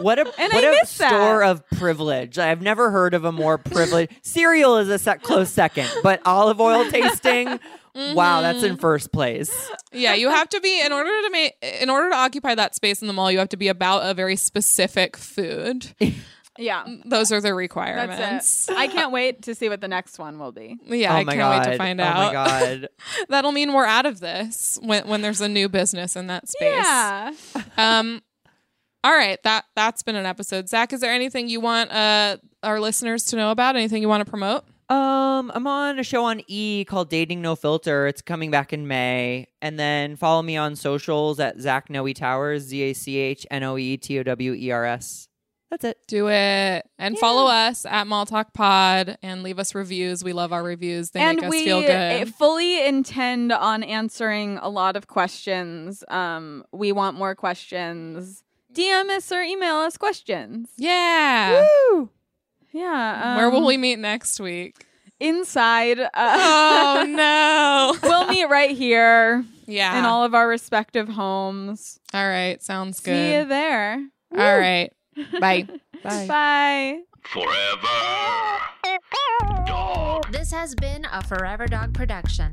S4: What a
S2: And
S4: what
S2: I
S4: a
S2: miss that.
S4: store of privilege. I've never heard of a more privileged. Cereal is a sec- close second, but olive oil tasting, wow, that's
S3: Mm-hmm.
S4: in first place.
S3: Yeah, you have to be in order to make in order to occupy that space in the mall, you have to be about a very specific food.
S2: Yeah,
S3: Those are the
S2: that's
S3: requirements.
S2: it. I can't wait to see what the next one will be.
S3: Yeah,
S4: oh
S3: I
S4: my
S3: can't
S4: god.
S3: wait to find
S4: oh
S3: out.
S4: my god.
S3: That'll mean we're out of this when when there's a new business in that space.
S2: Yeah,
S3: Um. All right that that's been an episode. Zach, is there anything you want uh our listeners to know about? Anything you want to promote?
S4: Um, I'm on a show on E called Dating No Filter. It's coming back in May. And then follow me on socials at Zach Noe Towers, Z A C H N O E T O W E R S. That's it.
S3: Do it and follow us at Mall Talk Pod and leave us reviews. We love our reviews. They
S2: and
S3: make us
S2: we
S3: feel
S2: uh,
S3: good.
S2: fully intend on answering a lot of questions. Um, we want more questions. DM us or email us questions.
S3: yeah.
S2: Yeah. Um,
S3: Where will we meet next week?
S2: Inside. Uh,
S3: Oh no.
S2: we'll meet right here
S3: yeah.
S2: in all of our respective homes.
S3: all right. Sounds
S2: See you
S3: good.
S2: there.
S3: All right. Bye.
S2: Bye.
S1: Forever. Dog.
S5: This has been a Forever Dog production,